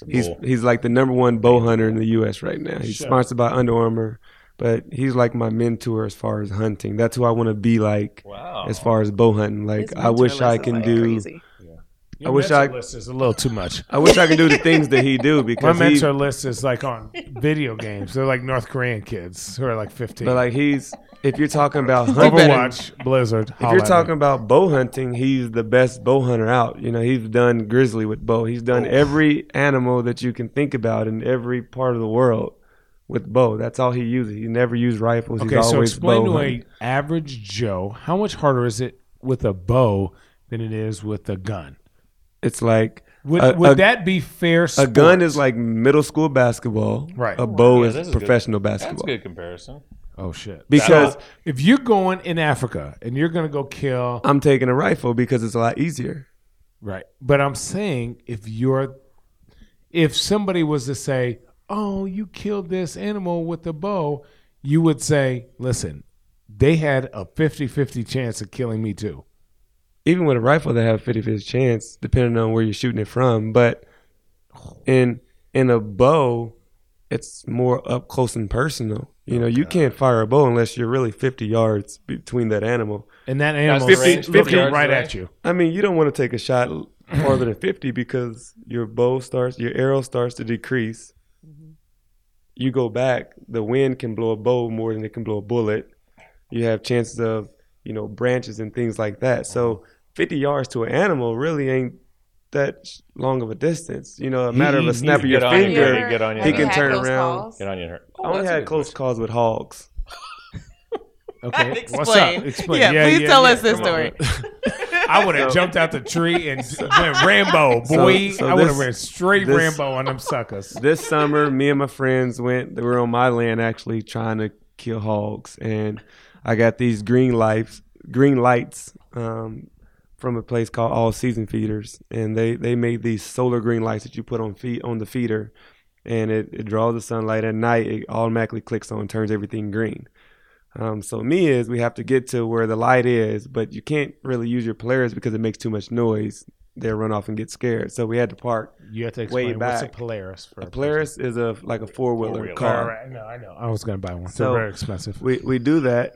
[SPEAKER 6] He's
[SPEAKER 3] bull.
[SPEAKER 6] he's like the number one bow hunter in the U.S. right now. He's sponsored by Under Armour, but he's like my mentor as far as hunting. That's who I want to be like
[SPEAKER 3] Wow.
[SPEAKER 6] as far as bow hunting. Like I wish I can do.
[SPEAKER 8] Your
[SPEAKER 6] I wish
[SPEAKER 8] mentor
[SPEAKER 6] I-
[SPEAKER 8] List is a little too much.
[SPEAKER 6] I wish I could do the things that he do
[SPEAKER 8] My
[SPEAKER 6] because he,
[SPEAKER 8] mentor list is like on video games. They're like North Korean kids who are like 15.
[SPEAKER 6] but like he's if you're talking about hunting,
[SPEAKER 8] Overwatch, Blizzard.
[SPEAKER 6] If you're talking about bow hunting, he's the best bow hunter out. You know, he's done grizzly with bow. He's done every animal that you can think about in every part of the world with bow. That's all he uses. He never used rifles.
[SPEAKER 8] okay,
[SPEAKER 6] he's
[SPEAKER 8] so
[SPEAKER 6] always
[SPEAKER 8] explain
[SPEAKER 6] bow
[SPEAKER 8] to
[SPEAKER 6] hunting.
[SPEAKER 8] an average Joe how much harder is it with a bow than it is with a gun.
[SPEAKER 6] It's like
[SPEAKER 8] Would,
[SPEAKER 6] a,
[SPEAKER 8] would
[SPEAKER 6] a-
[SPEAKER 8] that be fair?
[SPEAKER 6] a
[SPEAKER 8] sport?
[SPEAKER 6] gun is like middle school basketball.
[SPEAKER 8] Right.
[SPEAKER 6] A bow
[SPEAKER 3] Yeah, this
[SPEAKER 6] is
[SPEAKER 3] is good.
[SPEAKER 6] professional
[SPEAKER 3] That's a
[SPEAKER 6] basketball.
[SPEAKER 3] good comparison.
[SPEAKER 8] Oh shit!
[SPEAKER 6] Because-
[SPEAKER 8] So, if you're going in Africa and you're gonna go kill
[SPEAKER 6] I'm taking a rifle because it's a lot easier.
[SPEAKER 8] Right. But I'm saying if you're if somebody was to say, "Oh, you killed this animal with a bow," you would say, "Listen, they had a 50-50 chance of killing me too."
[SPEAKER 6] even with a rifle they have a 50 50 chance depending on where you're shooting it from but in in a bow it's more up close and personal you know you can't fire a bow unless you're really 50 yards between that animal
[SPEAKER 8] And that animal
[SPEAKER 3] the range,
[SPEAKER 8] is looking
[SPEAKER 3] 50 yards
[SPEAKER 8] right
[SPEAKER 3] away.
[SPEAKER 8] at you.
[SPEAKER 6] i mean you don't want to take a shot farther than 50 because your bow starts your arrow starts to decrease you go back the wind can blow a bow more than it can blow a bullet you have chances of you know branches and things like that so 50 yards to an animal really ain't that sh- long of a distance you know a matter of a snap of your
[SPEAKER 3] get on your-
[SPEAKER 6] finger
[SPEAKER 3] get on your
[SPEAKER 6] he can
[SPEAKER 3] nerve.
[SPEAKER 6] turn around
[SPEAKER 3] Get on your.
[SPEAKER 6] i only had close calls with hogs
[SPEAKER 8] Okay, what's
[SPEAKER 5] Explain.
[SPEAKER 8] up? Explain.
[SPEAKER 5] Yeah, please tell us this
[SPEAKER 8] come on. I would have jumped out the tree and went Rambo,
[SPEAKER 6] So-
[SPEAKER 8] boy.
[SPEAKER 6] so
[SPEAKER 8] I would have
[SPEAKER 6] this-
[SPEAKER 8] ran straight
[SPEAKER 6] this-
[SPEAKER 8] Rambo on them suckers.
[SPEAKER 6] this summer, me and my friends went. They were on my land actually trying to kill hogs, and I got these green lights, green lights, um, from a place called All Season Feeders, and they they made these solar green lights that you put on feet on the feeder, and it, it draws the sunlight at night. It automatically clicks on, turns everything green. Um, so me is we have to get to where the light is, but you can't really use your players because it makes too much noise. They'll run off and get scared. So we had to park.
[SPEAKER 8] You have to
[SPEAKER 6] Way
[SPEAKER 8] explain what's a
[SPEAKER 6] back.
[SPEAKER 8] Polaris for
[SPEAKER 6] A
[SPEAKER 8] person?
[SPEAKER 6] Polaris is a like a four wheeler
[SPEAKER 3] Four-wheeler.
[SPEAKER 6] car.
[SPEAKER 8] All right, no, I know. I was going to buy one.
[SPEAKER 6] So-
[SPEAKER 8] They're very expensive.
[SPEAKER 6] We we do that.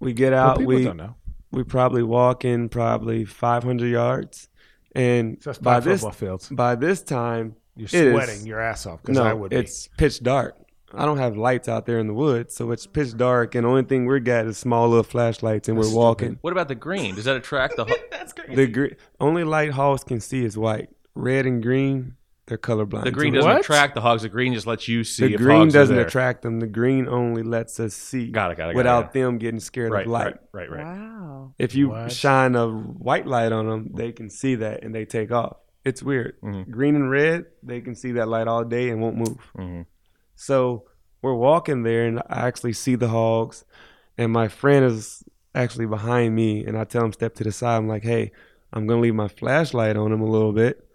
[SPEAKER 6] We get
[SPEAKER 8] But
[SPEAKER 6] out.
[SPEAKER 8] people
[SPEAKER 6] We
[SPEAKER 8] don't know.
[SPEAKER 6] we probably walk in probably 500 yards, and
[SPEAKER 8] Just
[SPEAKER 6] by
[SPEAKER 8] by
[SPEAKER 6] this
[SPEAKER 8] football fields,
[SPEAKER 6] by this time
[SPEAKER 8] you're
[SPEAKER 6] it is-
[SPEAKER 8] sweating your ass off because
[SPEAKER 6] no,
[SPEAKER 8] I would be.
[SPEAKER 6] it's pitch dark. I don't have lights out there in the woods, so it's pitch dark, and the only thing we're got is small little flashlights, and we're walking.
[SPEAKER 3] What about the green? Does that attract the? ho-
[SPEAKER 5] That's great.
[SPEAKER 6] The gre only light hogs can see is white, red, and green. They're colorblind.
[SPEAKER 3] The green
[SPEAKER 6] So
[SPEAKER 3] doesn't
[SPEAKER 8] What?
[SPEAKER 3] attract the hogs. The green just lets you see.
[SPEAKER 6] the
[SPEAKER 3] if
[SPEAKER 6] green
[SPEAKER 3] hogs are
[SPEAKER 6] doesn't
[SPEAKER 3] there.
[SPEAKER 6] attract them. The green only lets us see
[SPEAKER 3] Got it. Got it. Got it,
[SPEAKER 6] without
[SPEAKER 3] got it.
[SPEAKER 6] them getting scared
[SPEAKER 3] right,
[SPEAKER 6] of light.
[SPEAKER 3] right. Right. Right.
[SPEAKER 5] Wow.
[SPEAKER 6] If you
[SPEAKER 8] What?
[SPEAKER 6] shine a white light on them, they can see that and they take off. It's weird.
[SPEAKER 3] Mhm.
[SPEAKER 6] Green and red, they can see that light all day and won't move.
[SPEAKER 3] Mhm.
[SPEAKER 6] So we're walking there and I actually see the hogs and my friend is actually behind me and I tell him step to the side. I'm like, "Hey, I'm going to leave my flashlight on him a little bit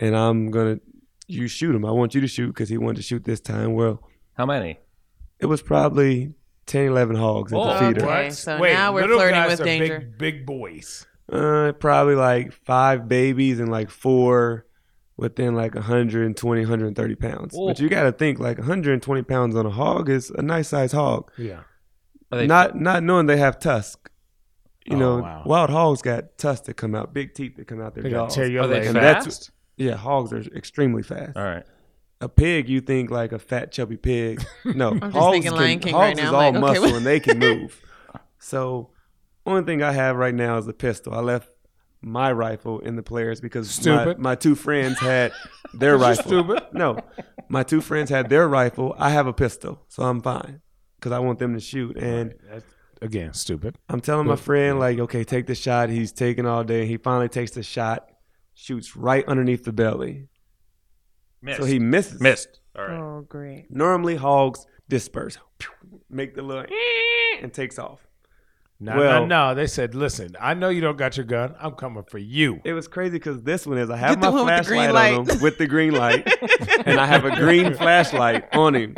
[SPEAKER 6] and I'm going to you shoot him. I want you to shoot cuz he wanted to shoot this time." Well,
[SPEAKER 3] How many?
[SPEAKER 6] it was probably 10 11 hogs at
[SPEAKER 3] Oh,
[SPEAKER 6] the feeder.
[SPEAKER 5] Okay,
[SPEAKER 8] What?
[SPEAKER 5] so now we're
[SPEAKER 8] little
[SPEAKER 5] flirting
[SPEAKER 8] guys
[SPEAKER 5] with
[SPEAKER 8] are
[SPEAKER 5] danger.
[SPEAKER 8] Big, big boys.
[SPEAKER 6] Uh, probably like five babies and like four within like 120, 130 pounds. But
[SPEAKER 3] Oh.
[SPEAKER 6] you got to think like 120 pounds on a hog is a nice size hog.
[SPEAKER 8] Yeah.
[SPEAKER 3] Are they-
[SPEAKER 6] not not knowing they have tusk. You
[SPEAKER 8] Oh,
[SPEAKER 6] know,
[SPEAKER 8] wow.
[SPEAKER 6] wild hogs got tusks that come out, big teeth that come out their
[SPEAKER 8] They're going
[SPEAKER 6] jaws.
[SPEAKER 8] to tear
[SPEAKER 5] Oh,
[SPEAKER 8] your
[SPEAKER 3] Are they
[SPEAKER 8] leg.
[SPEAKER 6] And
[SPEAKER 3] fast?
[SPEAKER 6] that's- yeah, hogs are extremely fast.
[SPEAKER 3] All right.
[SPEAKER 6] A pig, you think like a fat chubby pig. No,
[SPEAKER 5] just
[SPEAKER 6] hogs
[SPEAKER 5] thinking
[SPEAKER 6] can,
[SPEAKER 5] Lion King
[SPEAKER 6] hogs
[SPEAKER 5] right
[SPEAKER 6] is
[SPEAKER 5] now. I'm
[SPEAKER 6] all
[SPEAKER 5] like, okay,
[SPEAKER 6] muscle
[SPEAKER 5] what-
[SPEAKER 6] and they can move. So, only thing I have right now is a pistol. I left my rifle in the players because my,
[SPEAKER 8] Stupid.
[SPEAKER 6] my two friends had their rifle.
[SPEAKER 8] stupid.
[SPEAKER 6] No, my two friends had their rifle. I have a pistol, so I'm fine because I want them to shoot. And
[SPEAKER 8] Again, stupid.
[SPEAKER 6] I'm telling my friend like, okay, take the shot. He's taking all day. He finally takes the shot, shoots right underneath the belly,
[SPEAKER 3] Missed.
[SPEAKER 6] so he misses.
[SPEAKER 3] missed. All right.
[SPEAKER 5] Oh, great.
[SPEAKER 6] Normally, hogs disperse, Pew, make the little eh, and takes off.
[SPEAKER 8] No,
[SPEAKER 6] Well-
[SPEAKER 8] no, no. They said, listen, I know you don't got your gun. I'm coming for you.
[SPEAKER 6] It was crazy because this one is I have
[SPEAKER 5] Get the
[SPEAKER 6] my
[SPEAKER 5] one with the green
[SPEAKER 6] flashlight on
[SPEAKER 5] light.
[SPEAKER 6] him with the green light, and I have a green flashlight on him.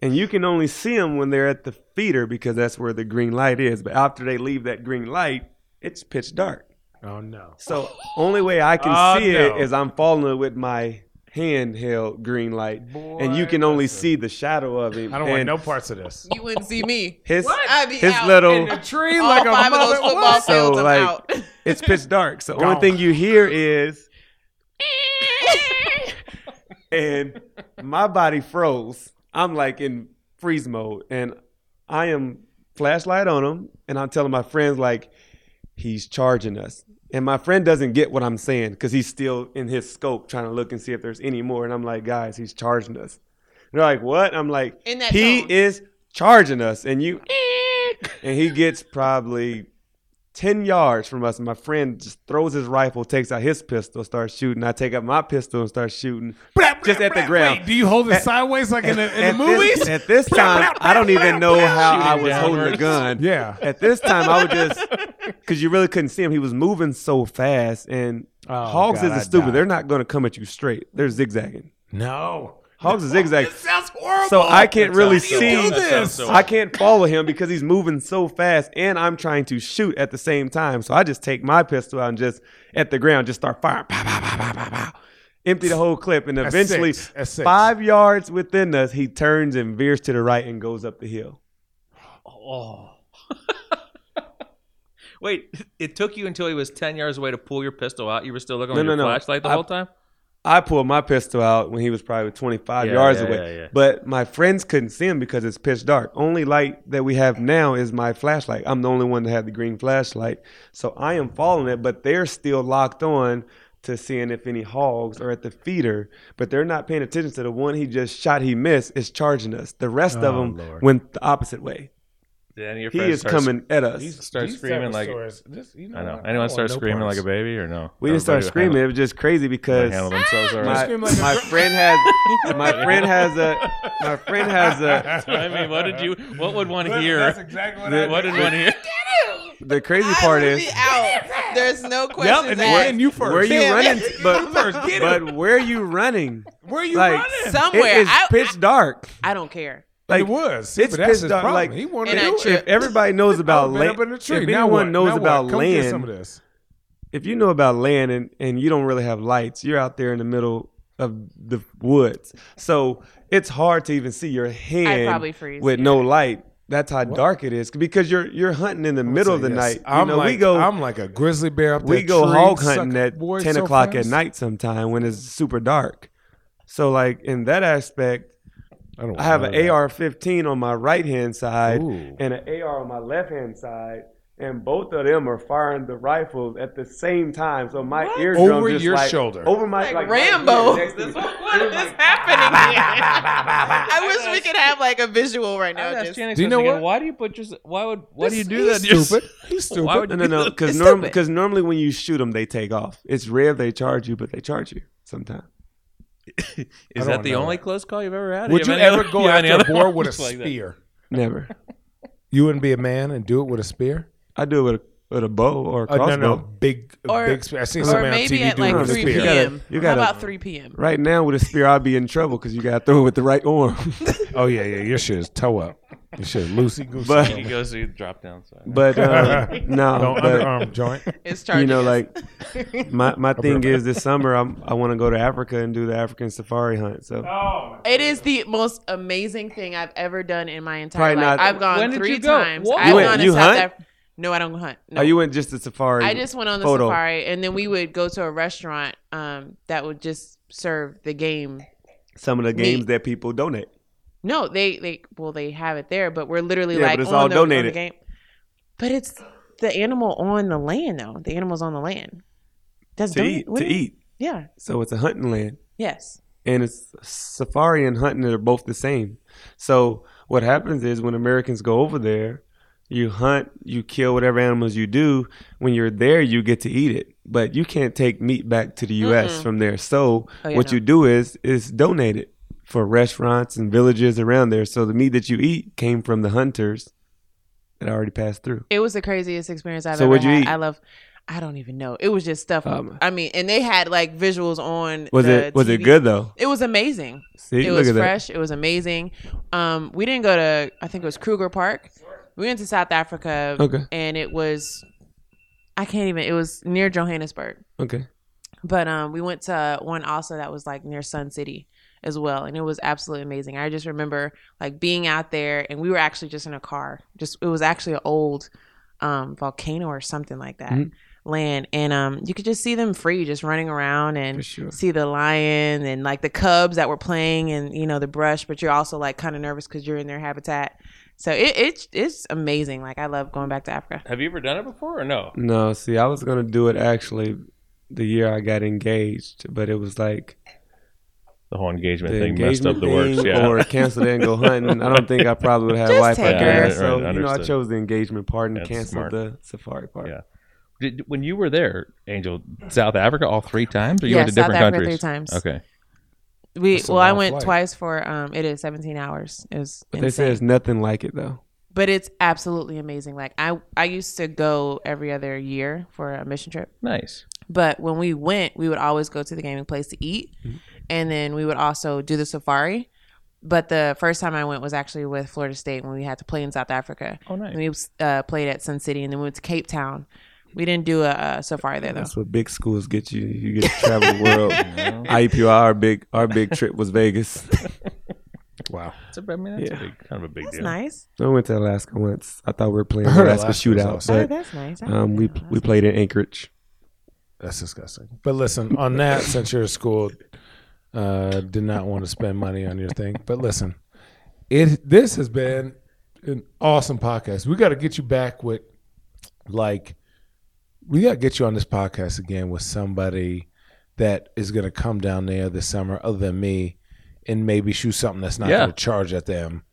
[SPEAKER 6] And you can only see them when they're at the feeder because that's where the green light is. But after they leave that green light, it's pitch dark.
[SPEAKER 8] Oh, no.
[SPEAKER 6] So only way I can
[SPEAKER 8] Oh,
[SPEAKER 6] see
[SPEAKER 8] no.
[SPEAKER 6] it is I'm following it with my handheld green light, and you can only see the shadow of him.
[SPEAKER 8] I don't want
[SPEAKER 6] and
[SPEAKER 8] no parts of this.
[SPEAKER 5] You wouldn't see me.
[SPEAKER 6] his
[SPEAKER 5] I'd be
[SPEAKER 6] his
[SPEAKER 5] out
[SPEAKER 6] little
[SPEAKER 8] tree
[SPEAKER 5] All five of those football
[SPEAKER 6] So,
[SPEAKER 5] fields. I'm
[SPEAKER 6] like-
[SPEAKER 5] out.
[SPEAKER 6] it's pitch dark. So
[SPEAKER 8] Gone.
[SPEAKER 6] only thing you hear is and my body froze. I'm like in freeze mode and I am flashlight on him and I'm telling my friends like he's charging us. And my friend doesn't get what I'm saying because he's still in his scope trying to look and see if there's any more. And I'm like, guys, he's charging us. And they're like, what? I'm like,
[SPEAKER 5] In that
[SPEAKER 6] he
[SPEAKER 5] tone.
[SPEAKER 6] is charging us. And you and he gets probably 10 yards from us. And my friend just throws his rifle, takes out his pistol, starts shooting. I take out my pistol and start shooting just at the ground.
[SPEAKER 8] Wait, do you hold it sideways like in the, in the movies?
[SPEAKER 6] This, at this time, I don't even know how I was holding the gun.
[SPEAKER 8] yeah.
[SPEAKER 6] At this time, I would just because you really couldn't see him. He was moving so fast, and
[SPEAKER 8] Oh,
[SPEAKER 6] hogs
[SPEAKER 8] God,
[SPEAKER 6] isn't
[SPEAKER 8] I'd
[SPEAKER 6] stupid.
[SPEAKER 8] die.
[SPEAKER 6] They're not going to come at you straight. They're zigzagging.
[SPEAKER 8] No.
[SPEAKER 6] Hogs are zigzagging.
[SPEAKER 8] sounds horrible.
[SPEAKER 6] So I can't really
[SPEAKER 8] How do you
[SPEAKER 6] see.
[SPEAKER 8] do this?
[SPEAKER 3] so-
[SPEAKER 6] I can't follow him because he's moving so fast, and I'm trying to shoot at the same time. So I just take my pistol out and just at the ground, just start firing. Pow, pow, pow, pow, pow, pow. Empty the whole clip, and
[SPEAKER 8] That's
[SPEAKER 6] eventually,
[SPEAKER 8] six. That's six.
[SPEAKER 6] five yards within us, he turns and veers to the right and goes up the hill.
[SPEAKER 8] Oh.
[SPEAKER 3] Oh. Wait, it took you until he was 10 yards away to pull your pistol out. You were still looking
[SPEAKER 6] No,
[SPEAKER 3] at
[SPEAKER 6] no,
[SPEAKER 3] your
[SPEAKER 6] no.
[SPEAKER 3] flashlight the
[SPEAKER 6] I-
[SPEAKER 3] whole time?
[SPEAKER 6] I pulled my pistol out when he was probably 25
[SPEAKER 3] Yeah,
[SPEAKER 6] yards
[SPEAKER 3] yeah,
[SPEAKER 6] away.
[SPEAKER 3] yeah, yeah.
[SPEAKER 6] But my friends couldn't see him because it's pitch dark. Only light that we have now is my flashlight. I'm the only one that had the green flashlight. So I am following it, but they're still locked on to seeing if any hogs are at the feeder. But they're not paying attention to the one he just shot, he missed, is charging us. The rest of
[SPEAKER 8] Oh,
[SPEAKER 6] them
[SPEAKER 8] Lord.
[SPEAKER 6] went the opposite way.
[SPEAKER 3] Did any of
[SPEAKER 6] He
[SPEAKER 3] your friends
[SPEAKER 6] is
[SPEAKER 3] start
[SPEAKER 6] coming at us.
[SPEAKER 3] These start screaming like-
[SPEAKER 8] This, you
[SPEAKER 3] sc- I know.
[SPEAKER 8] what?
[SPEAKER 3] Anyone
[SPEAKER 8] want
[SPEAKER 3] start
[SPEAKER 8] no
[SPEAKER 3] screaming
[SPEAKER 8] parts.
[SPEAKER 3] like a baby or no?
[SPEAKER 6] we didn't start
[SPEAKER 3] Everybody
[SPEAKER 6] screaming. It was just crazy because
[SPEAKER 3] Handle, handle themselves all
[SPEAKER 6] my,
[SPEAKER 3] right.
[SPEAKER 8] scream like a
[SPEAKER 6] my
[SPEAKER 8] girl.
[SPEAKER 6] friend has my friend has a my friend has a
[SPEAKER 3] I mean, what did you? What would one hear?
[SPEAKER 8] That's exactly what I
[SPEAKER 3] what
[SPEAKER 8] did.
[SPEAKER 3] did one hear?
[SPEAKER 6] the crazy
[SPEAKER 5] I
[SPEAKER 6] part
[SPEAKER 5] would
[SPEAKER 6] is
[SPEAKER 5] be out. There's no
[SPEAKER 8] Yep,
[SPEAKER 5] questions
[SPEAKER 8] and
[SPEAKER 5] asked.
[SPEAKER 8] then you first.
[SPEAKER 6] where are you
[SPEAKER 5] Damn.
[SPEAKER 6] running but
[SPEAKER 8] first, get him.
[SPEAKER 6] but where are you running
[SPEAKER 8] Where are you
[SPEAKER 6] like
[SPEAKER 8] running?
[SPEAKER 5] Somewhere.
[SPEAKER 6] it is
[SPEAKER 5] I-
[SPEAKER 6] pitch dark
[SPEAKER 5] I don't care.
[SPEAKER 6] like
[SPEAKER 8] it was. See,
[SPEAKER 6] it's
[SPEAKER 8] but that's
[SPEAKER 6] pitch
[SPEAKER 8] his
[SPEAKER 6] dark
[SPEAKER 8] problem.
[SPEAKER 6] like
[SPEAKER 8] he wanted
[SPEAKER 5] And
[SPEAKER 8] to
[SPEAKER 5] I
[SPEAKER 6] if-
[SPEAKER 8] do
[SPEAKER 5] tripped.
[SPEAKER 8] it.
[SPEAKER 6] if everybody knows
[SPEAKER 8] I
[SPEAKER 6] about
[SPEAKER 8] would've been up in
[SPEAKER 6] land
[SPEAKER 8] the
[SPEAKER 6] if
[SPEAKER 8] tree. Now what?
[SPEAKER 6] anyone knows
[SPEAKER 8] Now what?
[SPEAKER 6] about
[SPEAKER 8] Come get some of
[SPEAKER 6] land
[SPEAKER 8] this.
[SPEAKER 6] if you know about land and, and you don't really have lights, you're out there in the middle of the woods. So it's hard to even see your hand
[SPEAKER 5] I'd probably freeze,
[SPEAKER 6] with
[SPEAKER 5] yeah.
[SPEAKER 6] no light. That's how dark it is because you're you're hunting in the middle of the
[SPEAKER 8] Yes.
[SPEAKER 6] night.
[SPEAKER 8] I'm
[SPEAKER 6] you know,
[SPEAKER 8] like,
[SPEAKER 6] we go
[SPEAKER 8] I'm like a grizzly bear up
[SPEAKER 6] we
[SPEAKER 8] that
[SPEAKER 6] go
[SPEAKER 8] tree,
[SPEAKER 6] hog
[SPEAKER 8] suck
[SPEAKER 6] hunting
[SPEAKER 8] a
[SPEAKER 6] at
[SPEAKER 8] boy
[SPEAKER 6] ten
[SPEAKER 8] so
[SPEAKER 6] o'clock
[SPEAKER 8] fast.
[SPEAKER 6] at night sometime when it's super dark. So like in that aspect,
[SPEAKER 8] I, don't
[SPEAKER 6] I have
[SPEAKER 8] want
[SPEAKER 6] an
[SPEAKER 8] none of
[SPEAKER 6] AR-15 on my right hand
[SPEAKER 8] that.
[SPEAKER 6] side
[SPEAKER 8] Ooh.
[SPEAKER 6] and an AR on my left hand side, and both of them are firing the rifles at the same time. So my eardrum
[SPEAKER 8] Over
[SPEAKER 6] just
[SPEAKER 8] your
[SPEAKER 6] like-
[SPEAKER 8] shoulder.
[SPEAKER 6] over my
[SPEAKER 5] Like,
[SPEAKER 6] like, right
[SPEAKER 5] Rambo.
[SPEAKER 6] here next to me.
[SPEAKER 5] what
[SPEAKER 6] It
[SPEAKER 5] is
[SPEAKER 6] was like,
[SPEAKER 5] happening here? I wish we could have like a visual right now. just-
[SPEAKER 8] Do you know what?
[SPEAKER 3] Why do you put yourself? Why would? Why do you do
[SPEAKER 8] He's
[SPEAKER 3] that? You're
[SPEAKER 8] stupid. He's stupid.
[SPEAKER 3] Why would
[SPEAKER 6] No, no, no. Because
[SPEAKER 5] It's
[SPEAKER 6] normally,
[SPEAKER 5] stupid.
[SPEAKER 6] because normally when you shoot them, they take off. It's rare they charge you, but they charge you sometimes.
[SPEAKER 3] Is
[SPEAKER 8] don't
[SPEAKER 3] that the
[SPEAKER 8] know.
[SPEAKER 3] only close call you've ever had?
[SPEAKER 8] Would you
[SPEAKER 3] have any
[SPEAKER 8] ever
[SPEAKER 3] other-
[SPEAKER 8] go
[SPEAKER 3] you have
[SPEAKER 8] after
[SPEAKER 3] any
[SPEAKER 8] a
[SPEAKER 3] other
[SPEAKER 8] boar with a
[SPEAKER 3] ones like that?
[SPEAKER 8] spear?
[SPEAKER 6] Never.
[SPEAKER 8] You wouldn't be a man and do it with a spear?
[SPEAKER 6] I do it with a, with a bow or a
[SPEAKER 8] Uh,
[SPEAKER 6] crossbow.
[SPEAKER 8] no, no, big, a
[SPEAKER 5] Or-
[SPEAKER 8] big spear. I seen
[SPEAKER 5] or
[SPEAKER 8] somebody on TV
[SPEAKER 5] maybe
[SPEAKER 8] doing
[SPEAKER 5] at like
[SPEAKER 8] it
[SPEAKER 6] doing
[SPEAKER 8] with a
[SPEAKER 5] 3
[SPEAKER 8] spear.
[SPEAKER 6] You gotta-
[SPEAKER 5] p.m.
[SPEAKER 6] you
[SPEAKER 5] How
[SPEAKER 6] gotta-
[SPEAKER 5] about 3 p.m.?
[SPEAKER 6] Right now with a spear, I'd be in trouble because you gotta throw it with the right arm.
[SPEAKER 8] Oh yeah, yeah. Your shit is toe up. Your shit loosey goosey.
[SPEAKER 6] But-
[SPEAKER 3] He goes to drop down side.
[SPEAKER 6] But uh, no,
[SPEAKER 8] no
[SPEAKER 6] but-
[SPEAKER 8] underarm joint.
[SPEAKER 5] It's charging.
[SPEAKER 6] you know,
[SPEAKER 5] us.
[SPEAKER 6] like my my thing is this summer I'm, I want to go to Africa and do the African safari hunt. So
[SPEAKER 5] Oh. it is the most amazing thing I've ever done in my entire
[SPEAKER 6] Probably
[SPEAKER 5] life.
[SPEAKER 6] not-
[SPEAKER 5] I've gone
[SPEAKER 3] When did
[SPEAKER 5] three
[SPEAKER 3] you go?
[SPEAKER 5] times.
[SPEAKER 3] Whoa.
[SPEAKER 5] I've
[SPEAKER 6] You went-
[SPEAKER 5] gone to
[SPEAKER 6] you
[SPEAKER 5] South
[SPEAKER 6] hunt?
[SPEAKER 5] Af- No, I don't hunt. No.
[SPEAKER 6] oh, you went just to safari?
[SPEAKER 5] I just went on the
[SPEAKER 6] photo.
[SPEAKER 5] safari, and then we would go to a restaurant um, that would just serve the game.
[SPEAKER 6] some of the games
[SPEAKER 5] Neat.
[SPEAKER 6] that people donate.
[SPEAKER 5] No, they they well they have it there, but we're literally
[SPEAKER 6] Yeah,
[SPEAKER 5] like
[SPEAKER 6] but it's
[SPEAKER 5] on
[SPEAKER 6] all
[SPEAKER 5] the, on the
[SPEAKER 6] donated.
[SPEAKER 5] game. But it's the animal on the land though. The animal's on the land. That's
[SPEAKER 6] to
[SPEAKER 5] donate-
[SPEAKER 6] eat
[SPEAKER 5] what
[SPEAKER 6] to
[SPEAKER 5] do you-
[SPEAKER 6] eat.
[SPEAKER 5] Yeah.
[SPEAKER 6] So it's a hunting land,
[SPEAKER 5] Yes.
[SPEAKER 6] and it's safari and hunting are both the same. So what happens is when Americans go over there, you hunt, you kill whatever animals you do. When you're there, you get to eat it, but you can't take meat back to the U.S. from there. So
[SPEAKER 5] Oh, yeah,
[SPEAKER 6] what
[SPEAKER 5] no.
[SPEAKER 6] you do is is donate it for restaurants and villages around there. So the meat that you eat came from the hunters that already passed through.
[SPEAKER 5] It was the craziest experience I've
[SPEAKER 6] So
[SPEAKER 5] ever
[SPEAKER 6] what'd you
[SPEAKER 5] had.
[SPEAKER 6] eat?
[SPEAKER 5] I love. I don't even know. It was just stuff.
[SPEAKER 6] Um,
[SPEAKER 5] I mean, and they had like visuals on.
[SPEAKER 6] Was
[SPEAKER 5] the
[SPEAKER 6] it was it
[SPEAKER 5] TV.
[SPEAKER 6] good though?
[SPEAKER 5] It was amazing.
[SPEAKER 6] See,
[SPEAKER 5] it
[SPEAKER 6] look
[SPEAKER 5] was
[SPEAKER 6] at that.
[SPEAKER 5] fresh. It was amazing. Um, we didn't go to. I think it was Kruger Park. We went to South Africa.
[SPEAKER 6] Okay.
[SPEAKER 5] And it was. I can't even. It was near Johannesburg,
[SPEAKER 6] Okay.
[SPEAKER 5] but um, we went to one also that was like near Sun City as well, and it was absolutely amazing. I just remember like being out there, and we were actually just in a car. Just it was actually an old um, volcano or something like that.
[SPEAKER 6] Mhm.
[SPEAKER 5] Land and um, you could just see them free, just running around and
[SPEAKER 6] For sure.
[SPEAKER 5] see the lion and like the cubs that were playing and you know the brush, but you're also like kind of nervous because you're in their habitat. So it, it's it's amazing. Like I love going back to Africa.
[SPEAKER 3] Have you ever done it before or no?
[SPEAKER 6] No, see, I was gonna do it actually the year I got engaged, but it was like
[SPEAKER 3] The whole engagement
[SPEAKER 6] the
[SPEAKER 3] thing messed
[SPEAKER 6] engagement
[SPEAKER 3] up the works.
[SPEAKER 6] thing
[SPEAKER 3] Yeah.
[SPEAKER 6] or cancel it and go hunting. I don't think I probably would have
[SPEAKER 5] Just
[SPEAKER 6] a wife
[SPEAKER 5] take
[SPEAKER 6] out
[SPEAKER 5] her.
[SPEAKER 6] there.
[SPEAKER 5] Right,
[SPEAKER 6] So
[SPEAKER 3] right,
[SPEAKER 6] you know, I
[SPEAKER 3] understood.
[SPEAKER 6] chose the engagement part and
[SPEAKER 3] That's
[SPEAKER 6] canceled
[SPEAKER 3] smart.
[SPEAKER 6] the safari part.
[SPEAKER 3] Yeah. Did, when you were there, Angel, South Africa all three times, or you
[SPEAKER 5] Yeah,
[SPEAKER 3] went to
[SPEAKER 5] South
[SPEAKER 3] different
[SPEAKER 5] Africa
[SPEAKER 3] countries?
[SPEAKER 5] three times.
[SPEAKER 3] Okay.
[SPEAKER 5] We
[SPEAKER 8] That's a
[SPEAKER 5] well, I
[SPEAKER 8] long
[SPEAKER 5] went
[SPEAKER 8] flight.
[SPEAKER 5] twice for um, it is 17 hours. It was
[SPEAKER 6] But they
[SPEAKER 5] insane.
[SPEAKER 6] say it's nothing like it though.
[SPEAKER 5] but it's absolutely amazing. Like I I used to go every other year for a mission trip.
[SPEAKER 3] Nice.
[SPEAKER 5] But when we went, we would always go to the gaming place to eat,
[SPEAKER 4] Mm-hmm.
[SPEAKER 5] and then we would also do the safari. But the first time I went was actually with Florida State when we had to play in South Africa.
[SPEAKER 3] Oh, nice.
[SPEAKER 5] And we uh, played at Sun City, and then we went to Cape Town. We didn't do a, uh safari there though.
[SPEAKER 6] That's what big schools get you. You get to travel the world. IUPUI, our big our big trip was Vegas.
[SPEAKER 8] Wow.
[SPEAKER 3] It's a, I mean, that's
[SPEAKER 6] Yeah.
[SPEAKER 3] a big, kind of a big
[SPEAKER 5] That's
[SPEAKER 3] deal.
[SPEAKER 5] nice.
[SPEAKER 6] I went to Alaska once. I thought we were playing
[SPEAKER 8] I heard
[SPEAKER 6] Alaska,
[SPEAKER 8] Alaska was
[SPEAKER 6] shootout,
[SPEAKER 8] awesome.
[SPEAKER 5] Oh,
[SPEAKER 6] but
[SPEAKER 5] that's nice. I
[SPEAKER 6] um,
[SPEAKER 5] didn't
[SPEAKER 6] we
[SPEAKER 5] know that.
[SPEAKER 6] we played in Anchorage.
[SPEAKER 8] That's disgusting. But listen, on that, since you're a school, uh, did not want to spend money on your thing. But listen, it this has been an awesome podcast. We got to get you back with, like, we got to get you on this podcast again with somebody that is going to come down there this summer, other than me, and maybe shoot something that's not
[SPEAKER 3] Yeah.
[SPEAKER 8] going to charge at them.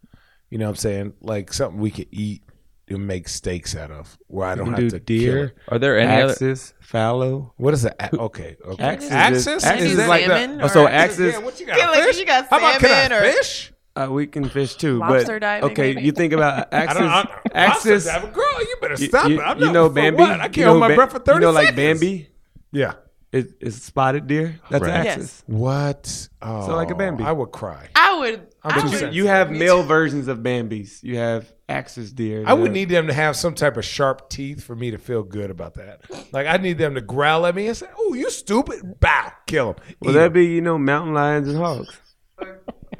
[SPEAKER 8] You know what I'm saying? Like something we could eat
[SPEAKER 4] and make steaks out of, where I
[SPEAKER 6] You
[SPEAKER 4] don't
[SPEAKER 6] can
[SPEAKER 4] have
[SPEAKER 6] do
[SPEAKER 4] to Kill
[SPEAKER 6] deer,
[SPEAKER 4] it.
[SPEAKER 3] Are there any other?
[SPEAKER 6] axis, fallow.
[SPEAKER 4] What is that? Okay, okay.
[SPEAKER 6] Axis is-
[SPEAKER 5] axis is
[SPEAKER 4] like
[SPEAKER 5] salmon
[SPEAKER 4] the,
[SPEAKER 5] or-
[SPEAKER 6] Oh, so
[SPEAKER 5] Or-
[SPEAKER 6] axis.
[SPEAKER 4] Yeah, what you
[SPEAKER 5] Feel
[SPEAKER 4] got?
[SPEAKER 5] like
[SPEAKER 4] Fish?
[SPEAKER 5] you got
[SPEAKER 4] How about can I
[SPEAKER 5] salmon or-
[SPEAKER 4] fish?
[SPEAKER 6] Uh, we can fish too,
[SPEAKER 5] Lobster
[SPEAKER 6] but
[SPEAKER 5] diving,
[SPEAKER 6] okay,
[SPEAKER 5] maybe?
[SPEAKER 6] you think about
[SPEAKER 4] I
[SPEAKER 6] axis.
[SPEAKER 4] don't. I,
[SPEAKER 6] axis.
[SPEAKER 4] I said, girl, you better
[SPEAKER 6] you-
[SPEAKER 4] stop
[SPEAKER 6] you-
[SPEAKER 4] it. I'm
[SPEAKER 6] you
[SPEAKER 4] not
[SPEAKER 6] know
[SPEAKER 4] for
[SPEAKER 6] Bambi.
[SPEAKER 4] what? I can't
[SPEAKER 6] you know
[SPEAKER 4] hold my
[SPEAKER 6] Ba-
[SPEAKER 4] breath for thirty
[SPEAKER 6] You know, like
[SPEAKER 4] seconds.
[SPEAKER 6] Bambi.
[SPEAKER 4] Yeah.
[SPEAKER 6] It, it's spotted deer. That's
[SPEAKER 3] Right.
[SPEAKER 5] Yes.
[SPEAKER 6] axis.
[SPEAKER 4] What? Oh,
[SPEAKER 6] like a Bambi.
[SPEAKER 4] I would cry.
[SPEAKER 5] I would. I
[SPEAKER 4] too
[SPEAKER 5] would
[SPEAKER 4] sensitive.
[SPEAKER 6] You have male versions of Bambies. You have axis deer.
[SPEAKER 4] I would
[SPEAKER 6] The-
[SPEAKER 4] need them to have some type of sharp teeth for me to feel good about that. Like I need them to growl at me and say, "Oh, you stupid!" Bow, kill him.
[SPEAKER 6] Well, that'd be you know mountain lions and hogs.
[SPEAKER 5] or,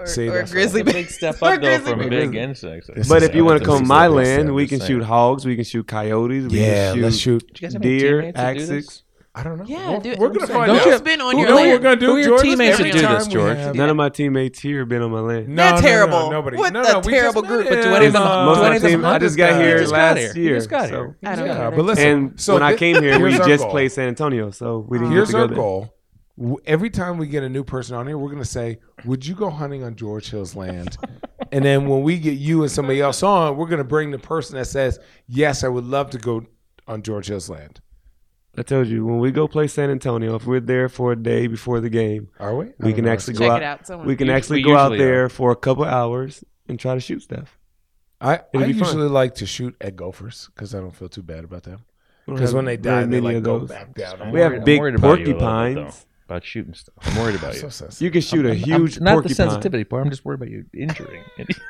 [SPEAKER 4] See,
[SPEAKER 5] or
[SPEAKER 4] that's
[SPEAKER 5] grizzly bear.
[SPEAKER 3] Big step
[SPEAKER 5] Or
[SPEAKER 3] up though
[SPEAKER 5] grizzly
[SPEAKER 3] from
[SPEAKER 6] bear.
[SPEAKER 3] big insects.
[SPEAKER 6] But if you want
[SPEAKER 3] That's
[SPEAKER 6] to
[SPEAKER 3] a
[SPEAKER 6] come
[SPEAKER 3] big
[SPEAKER 6] my
[SPEAKER 3] step,
[SPEAKER 6] land, we
[SPEAKER 3] just
[SPEAKER 6] can
[SPEAKER 3] saying.
[SPEAKER 6] shoot hogs. We can shoot coyotes. We
[SPEAKER 4] yeah.
[SPEAKER 6] can shoot
[SPEAKER 4] Let's shoot.
[SPEAKER 3] Do you guys have any
[SPEAKER 6] deer,
[SPEAKER 3] teammates that do
[SPEAKER 6] axis.
[SPEAKER 3] this?
[SPEAKER 4] I don't know.
[SPEAKER 5] Yeah,
[SPEAKER 4] We're-
[SPEAKER 5] dude,
[SPEAKER 4] we're gonna
[SPEAKER 5] I'm
[SPEAKER 4] find
[SPEAKER 5] sorry.
[SPEAKER 4] out.
[SPEAKER 5] Don't you- been on
[SPEAKER 4] You
[SPEAKER 5] your
[SPEAKER 4] know what
[SPEAKER 5] land?
[SPEAKER 4] we're gonna do?
[SPEAKER 3] Who are your
[SPEAKER 4] George?
[SPEAKER 3] teammates
[SPEAKER 4] Every
[SPEAKER 5] that do
[SPEAKER 4] time
[SPEAKER 3] this,
[SPEAKER 4] we
[SPEAKER 3] George?
[SPEAKER 4] have-
[SPEAKER 6] None of my teammates here been on my land.
[SPEAKER 4] No,
[SPEAKER 5] They're
[SPEAKER 4] no, no,
[SPEAKER 5] terrible.
[SPEAKER 4] nobody.
[SPEAKER 5] What
[SPEAKER 4] no,
[SPEAKER 5] the
[SPEAKER 4] no, we just
[SPEAKER 5] terrible
[SPEAKER 4] met
[SPEAKER 5] group.
[SPEAKER 4] it.
[SPEAKER 5] But do any of them-
[SPEAKER 6] Most of
[SPEAKER 3] do any
[SPEAKER 6] my
[SPEAKER 3] of them
[SPEAKER 6] team, I
[SPEAKER 3] hunt this
[SPEAKER 6] just got
[SPEAKER 3] guy?
[SPEAKER 6] here
[SPEAKER 3] He just got
[SPEAKER 6] last
[SPEAKER 3] here. He
[SPEAKER 6] year.
[SPEAKER 3] just got here.
[SPEAKER 6] so-
[SPEAKER 5] I don't
[SPEAKER 4] Yeah,
[SPEAKER 5] know.
[SPEAKER 4] but listen.
[SPEAKER 6] And
[SPEAKER 4] so
[SPEAKER 6] when I
[SPEAKER 4] thi-
[SPEAKER 6] came here, we
[SPEAKER 4] here's our
[SPEAKER 6] just
[SPEAKER 4] goal.
[SPEAKER 6] played San Antonio, so we didn't
[SPEAKER 4] Here's
[SPEAKER 6] get to
[SPEAKER 4] our
[SPEAKER 6] go
[SPEAKER 4] goal. W- Every time we get a new person on here, we're going to say, "Would you go hunting on George Hill's land?" and then when we get you and somebody else on, we're going to bring the person that says, "Yes, I would love to go on George Hill's land."
[SPEAKER 6] There. I told you when we go play San Antonio, if we're there for a day before the game,
[SPEAKER 4] Are we? I
[SPEAKER 6] we
[SPEAKER 4] don't
[SPEAKER 6] can
[SPEAKER 4] know.
[SPEAKER 6] actually go
[SPEAKER 5] Check
[SPEAKER 6] out.
[SPEAKER 5] it out. Someone.
[SPEAKER 6] We can
[SPEAKER 3] Oh, We-
[SPEAKER 6] actually
[SPEAKER 3] we
[SPEAKER 6] go out
[SPEAKER 3] usually
[SPEAKER 6] there for a couple hours and try to shoot stuff.
[SPEAKER 4] I, I
[SPEAKER 6] It'd be fun.
[SPEAKER 4] usually like to shoot at gophers because I don't feel too bad about them.
[SPEAKER 6] We don't
[SPEAKER 4] Because
[SPEAKER 6] have
[SPEAKER 4] when they die,
[SPEAKER 6] very
[SPEAKER 4] they
[SPEAKER 6] many
[SPEAKER 4] like
[SPEAKER 6] of
[SPEAKER 4] go
[SPEAKER 6] those.
[SPEAKER 4] back down.
[SPEAKER 3] I'm
[SPEAKER 6] We have
[SPEAKER 3] worried- I'm
[SPEAKER 6] big
[SPEAKER 3] worried about you a little bit,
[SPEAKER 6] porcupines.
[SPEAKER 3] though, About shooting stuff. I'm worried about you.
[SPEAKER 4] So sensitive.
[SPEAKER 6] You can shoot a huge
[SPEAKER 3] not the
[SPEAKER 6] porcupine.
[SPEAKER 3] sensitivity part. I'm just worried about you injuring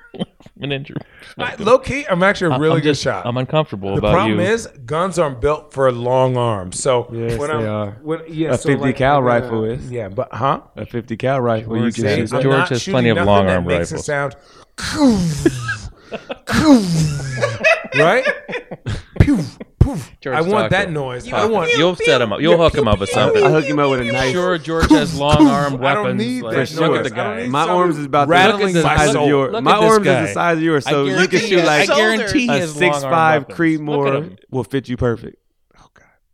[SPEAKER 3] an injury.
[SPEAKER 4] I- low key, I'm actually a really
[SPEAKER 3] I'm
[SPEAKER 4] good
[SPEAKER 3] just-
[SPEAKER 4] shot.
[SPEAKER 3] I'm uncomfortable
[SPEAKER 4] the
[SPEAKER 3] about
[SPEAKER 4] problem
[SPEAKER 3] you.
[SPEAKER 4] is guns aren't built for long arms. So
[SPEAKER 6] Yes,
[SPEAKER 4] when
[SPEAKER 6] they
[SPEAKER 4] I'm,
[SPEAKER 6] are.
[SPEAKER 4] When, yeah,
[SPEAKER 6] A
[SPEAKER 4] so
[SPEAKER 6] 50
[SPEAKER 4] like,
[SPEAKER 6] cal
[SPEAKER 4] uh,
[SPEAKER 6] rifle is.
[SPEAKER 4] Yeah, but huh?
[SPEAKER 6] a 50 cal rifle. You
[SPEAKER 3] George
[SPEAKER 6] can
[SPEAKER 3] says-
[SPEAKER 6] shoot.
[SPEAKER 3] George has
[SPEAKER 4] shooting
[SPEAKER 3] plenty of
[SPEAKER 4] nothing
[SPEAKER 3] long
[SPEAKER 4] that
[SPEAKER 3] arm
[SPEAKER 4] makes
[SPEAKER 3] rifles.
[SPEAKER 4] A sound, right? Pew, poof.
[SPEAKER 3] George
[SPEAKER 4] I want
[SPEAKER 3] Stockton.
[SPEAKER 4] that noise.
[SPEAKER 5] You
[SPEAKER 4] I
[SPEAKER 5] are-
[SPEAKER 4] want.
[SPEAKER 5] you-
[SPEAKER 3] You'll set him up. You'll hook him up with something.
[SPEAKER 6] I hook him up with a knife.
[SPEAKER 3] sure George has long arm
[SPEAKER 4] I
[SPEAKER 3] weapons.
[SPEAKER 4] don't need
[SPEAKER 3] like,
[SPEAKER 4] that
[SPEAKER 3] look at
[SPEAKER 4] noise.
[SPEAKER 3] the
[SPEAKER 4] I don't
[SPEAKER 3] guy.
[SPEAKER 4] need
[SPEAKER 6] My
[SPEAKER 4] Some
[SPEAKER 6] arms is about
[SPEAKER 3] rattling
[SPEAKER 6] the
[SPEAKER 3] my
[SPEAKER 6] size
[SPEAKER 3] soul.
[SPEAKER 6] of yours.
[SPEAKER 3] Look
[SPEAKER 6] my
[SPEAKER 3] at this
[SPEAKER 6] arms
[SPEAKER 3] guy.
[SPEAKER 6] is the size of yours,
[SPEAKER 3] I
[SPEAKER 6] so you can
[SPEAKER 3] guarantee
[SPEAKER 6] shoot
[SPEAKER 3] it.
[SPEAKER 6] like
[SPEAKER 3] I guarantee
[SPEAKER 6] a
[SPEAKER 3] his long arm
[SPEAKER 6] six five
[SPEAKER 3] weapons.
[SPEAKER 6] Creedmoor
[SPEAKER 3] Look at him.
[SPEAKER 6] will fit you perfect.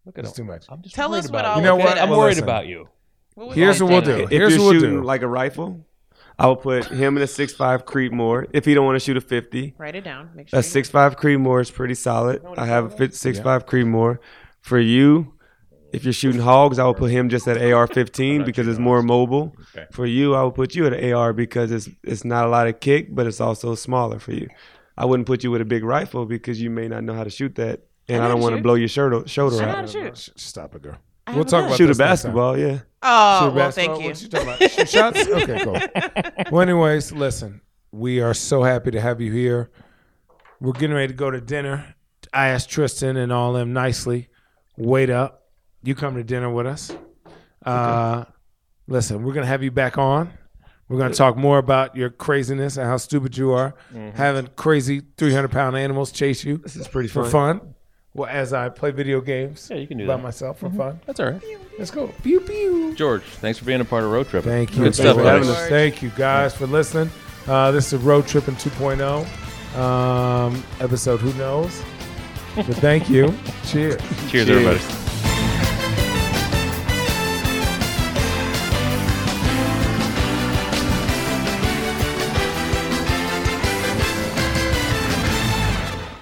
[SPEAKER 3] Look at
[SPEAKER 4] It's too
[SPEAKER 3] him.
[SPEAKER 4] much.
[SPEAKER 3] I'm just
[SPEAKER 5] Tell
[SPEAKER 3] worried
[SPEAKER 5] us
[SPEAKER 3] about
[SPEAKER 5] what all
[SPEAKER 3] you.
[SPEAKER 5] the
[SPEAKER 3] You know
[SPEAKER 5] good
[SPEAKER 3] what? I'm
[SPEAKER 5] at-
[SPEAKER 3] worried
[SPEAKER 4] Listen.
[SPEAKER 3] about you.
[SPEAKER 5] What was
[SPEAKER 4] Here's
[SPEAKER 5] all
[SPEAKER 4] what we'll
[SPEAKER 5] the
[SPEAKER 4] do.
[SPEAKER 5] things?
[SPEAKER 6] If
[SPEAKER 4] Here's
[SPEAKER 6] you're
[SPEAKER 4] what we'll
[SPEAKER 6] shooting
[SPEAKER 4] do.
[SPEAKER 6] like a rifle, I will put him in a six five Creedmoor. If he don't want to shoot a fifty,
[SPEAKER 5] Write it down. Make
[SPEAKER 6] a
[SPEAKER 5] sure. you-
[SPEAKER 6] six five Creedmoor is pretty solid. I have a fit six five Creedmoor. For you, if you're shooting hogs, I will put him just at AR fifteen because it's more mobile.
[SPEAKER 3] Okay.
[SPEAKER 6] For you, I will put you at AR because it's it's not a lot of kick, but it's also smaller for you. I wouldn't put you with a big rifle because you may not know how to shoot that, and I,
[SPEAKER 5] know how
[SPEAKER 6] don't
[SPEAKER 5] to
[SPEAKER 6] want to
[SPEAKER 5] shoot.
[SPEAKER 6] blow your shoulder shoulder
[SPEAKER 5] I know how
[SPEAKER 6] out.
[SPEAKER 5] to shoot.
[SPEAKER 4] Sh- Stop it, girl.
[SPEAKER 5] I
[SPEAKER 4] We'll
[SPEAKER 5] have
[SPEAKER 4] talk
[SPEAKER 5] gun.
[SPEAKER 4] about
[SPEAKER 6] Shoot a
[SPEAKER 4] this next time.
[SPEAKER 6] basketball, yeah.
[SPEAKER 5] Oh well,
[SPEAKER 4] Basketball?
[SPEAKER 5] thank you.
[SPEAKER 4] What you talking about? Shoot shots? Okay, cool. Well, anyways, listen, we are so happy to have you here. We're getting ready to go to dinner. I asked Tristan and all them nicely, wait up. You come to dinner with us. Uh, Listen, we're going to have you back on. We're going to talk more about your craziness and how stupid you are, having crazy 300 pound animals chase you
[SPEAKER 6] This is pretty
[SPEAKER 4] for
[SPEAKER 6] fun.
[SPEAKER 4] fun. Well, as I play video games
[SPEAKER 3] Yeah, you can do
[SPEAKER 4] by
[SPEAKER 3] that.
[SPEAKER 4] myself for fun.
[SPEAKER 3] That's all right.
[SPEAKER 4] Let's go. Pew, pew.
[SPEAKER 3] George, thanks for being a part of Road Trip.
[SPEAKER 4] Thank you.
[SPEAKER 3] Good
[SPEAKER 4] Thanks
[SPEAKER 3] stuff,
[SPEAKER 4] for
[SPEAKER 3] buddy.
[SPEAKER 4] having us. Thank you guys for listening. Uh, this is Road Tripping 2.0 oh. um, episode. Who knows? But thank you. Cheers.
[SPEAKER 3] Cheers, everybody.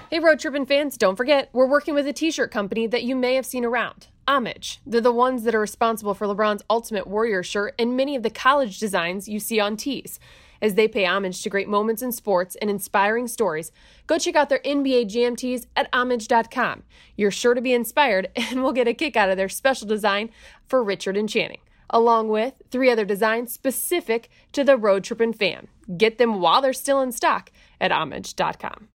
[SPEAKER 2] Hey, Road Trippin' fans, don't forget, we're working with a t shirt company that you may have seen around Homage. They're the ones that are responsible for LeBron's Ultimate Warrior shirt and many of the college designs you see on tees. As they pay homage to great moments in sports and inspiring stories, go check out their NBA Jam tees at homage.com. You're sure to be inspired and will get a kick out of their special design for Richard and Channing, along with three other designs specific to the Road Trippin' fan. Get them while they're still in stock at homage.com.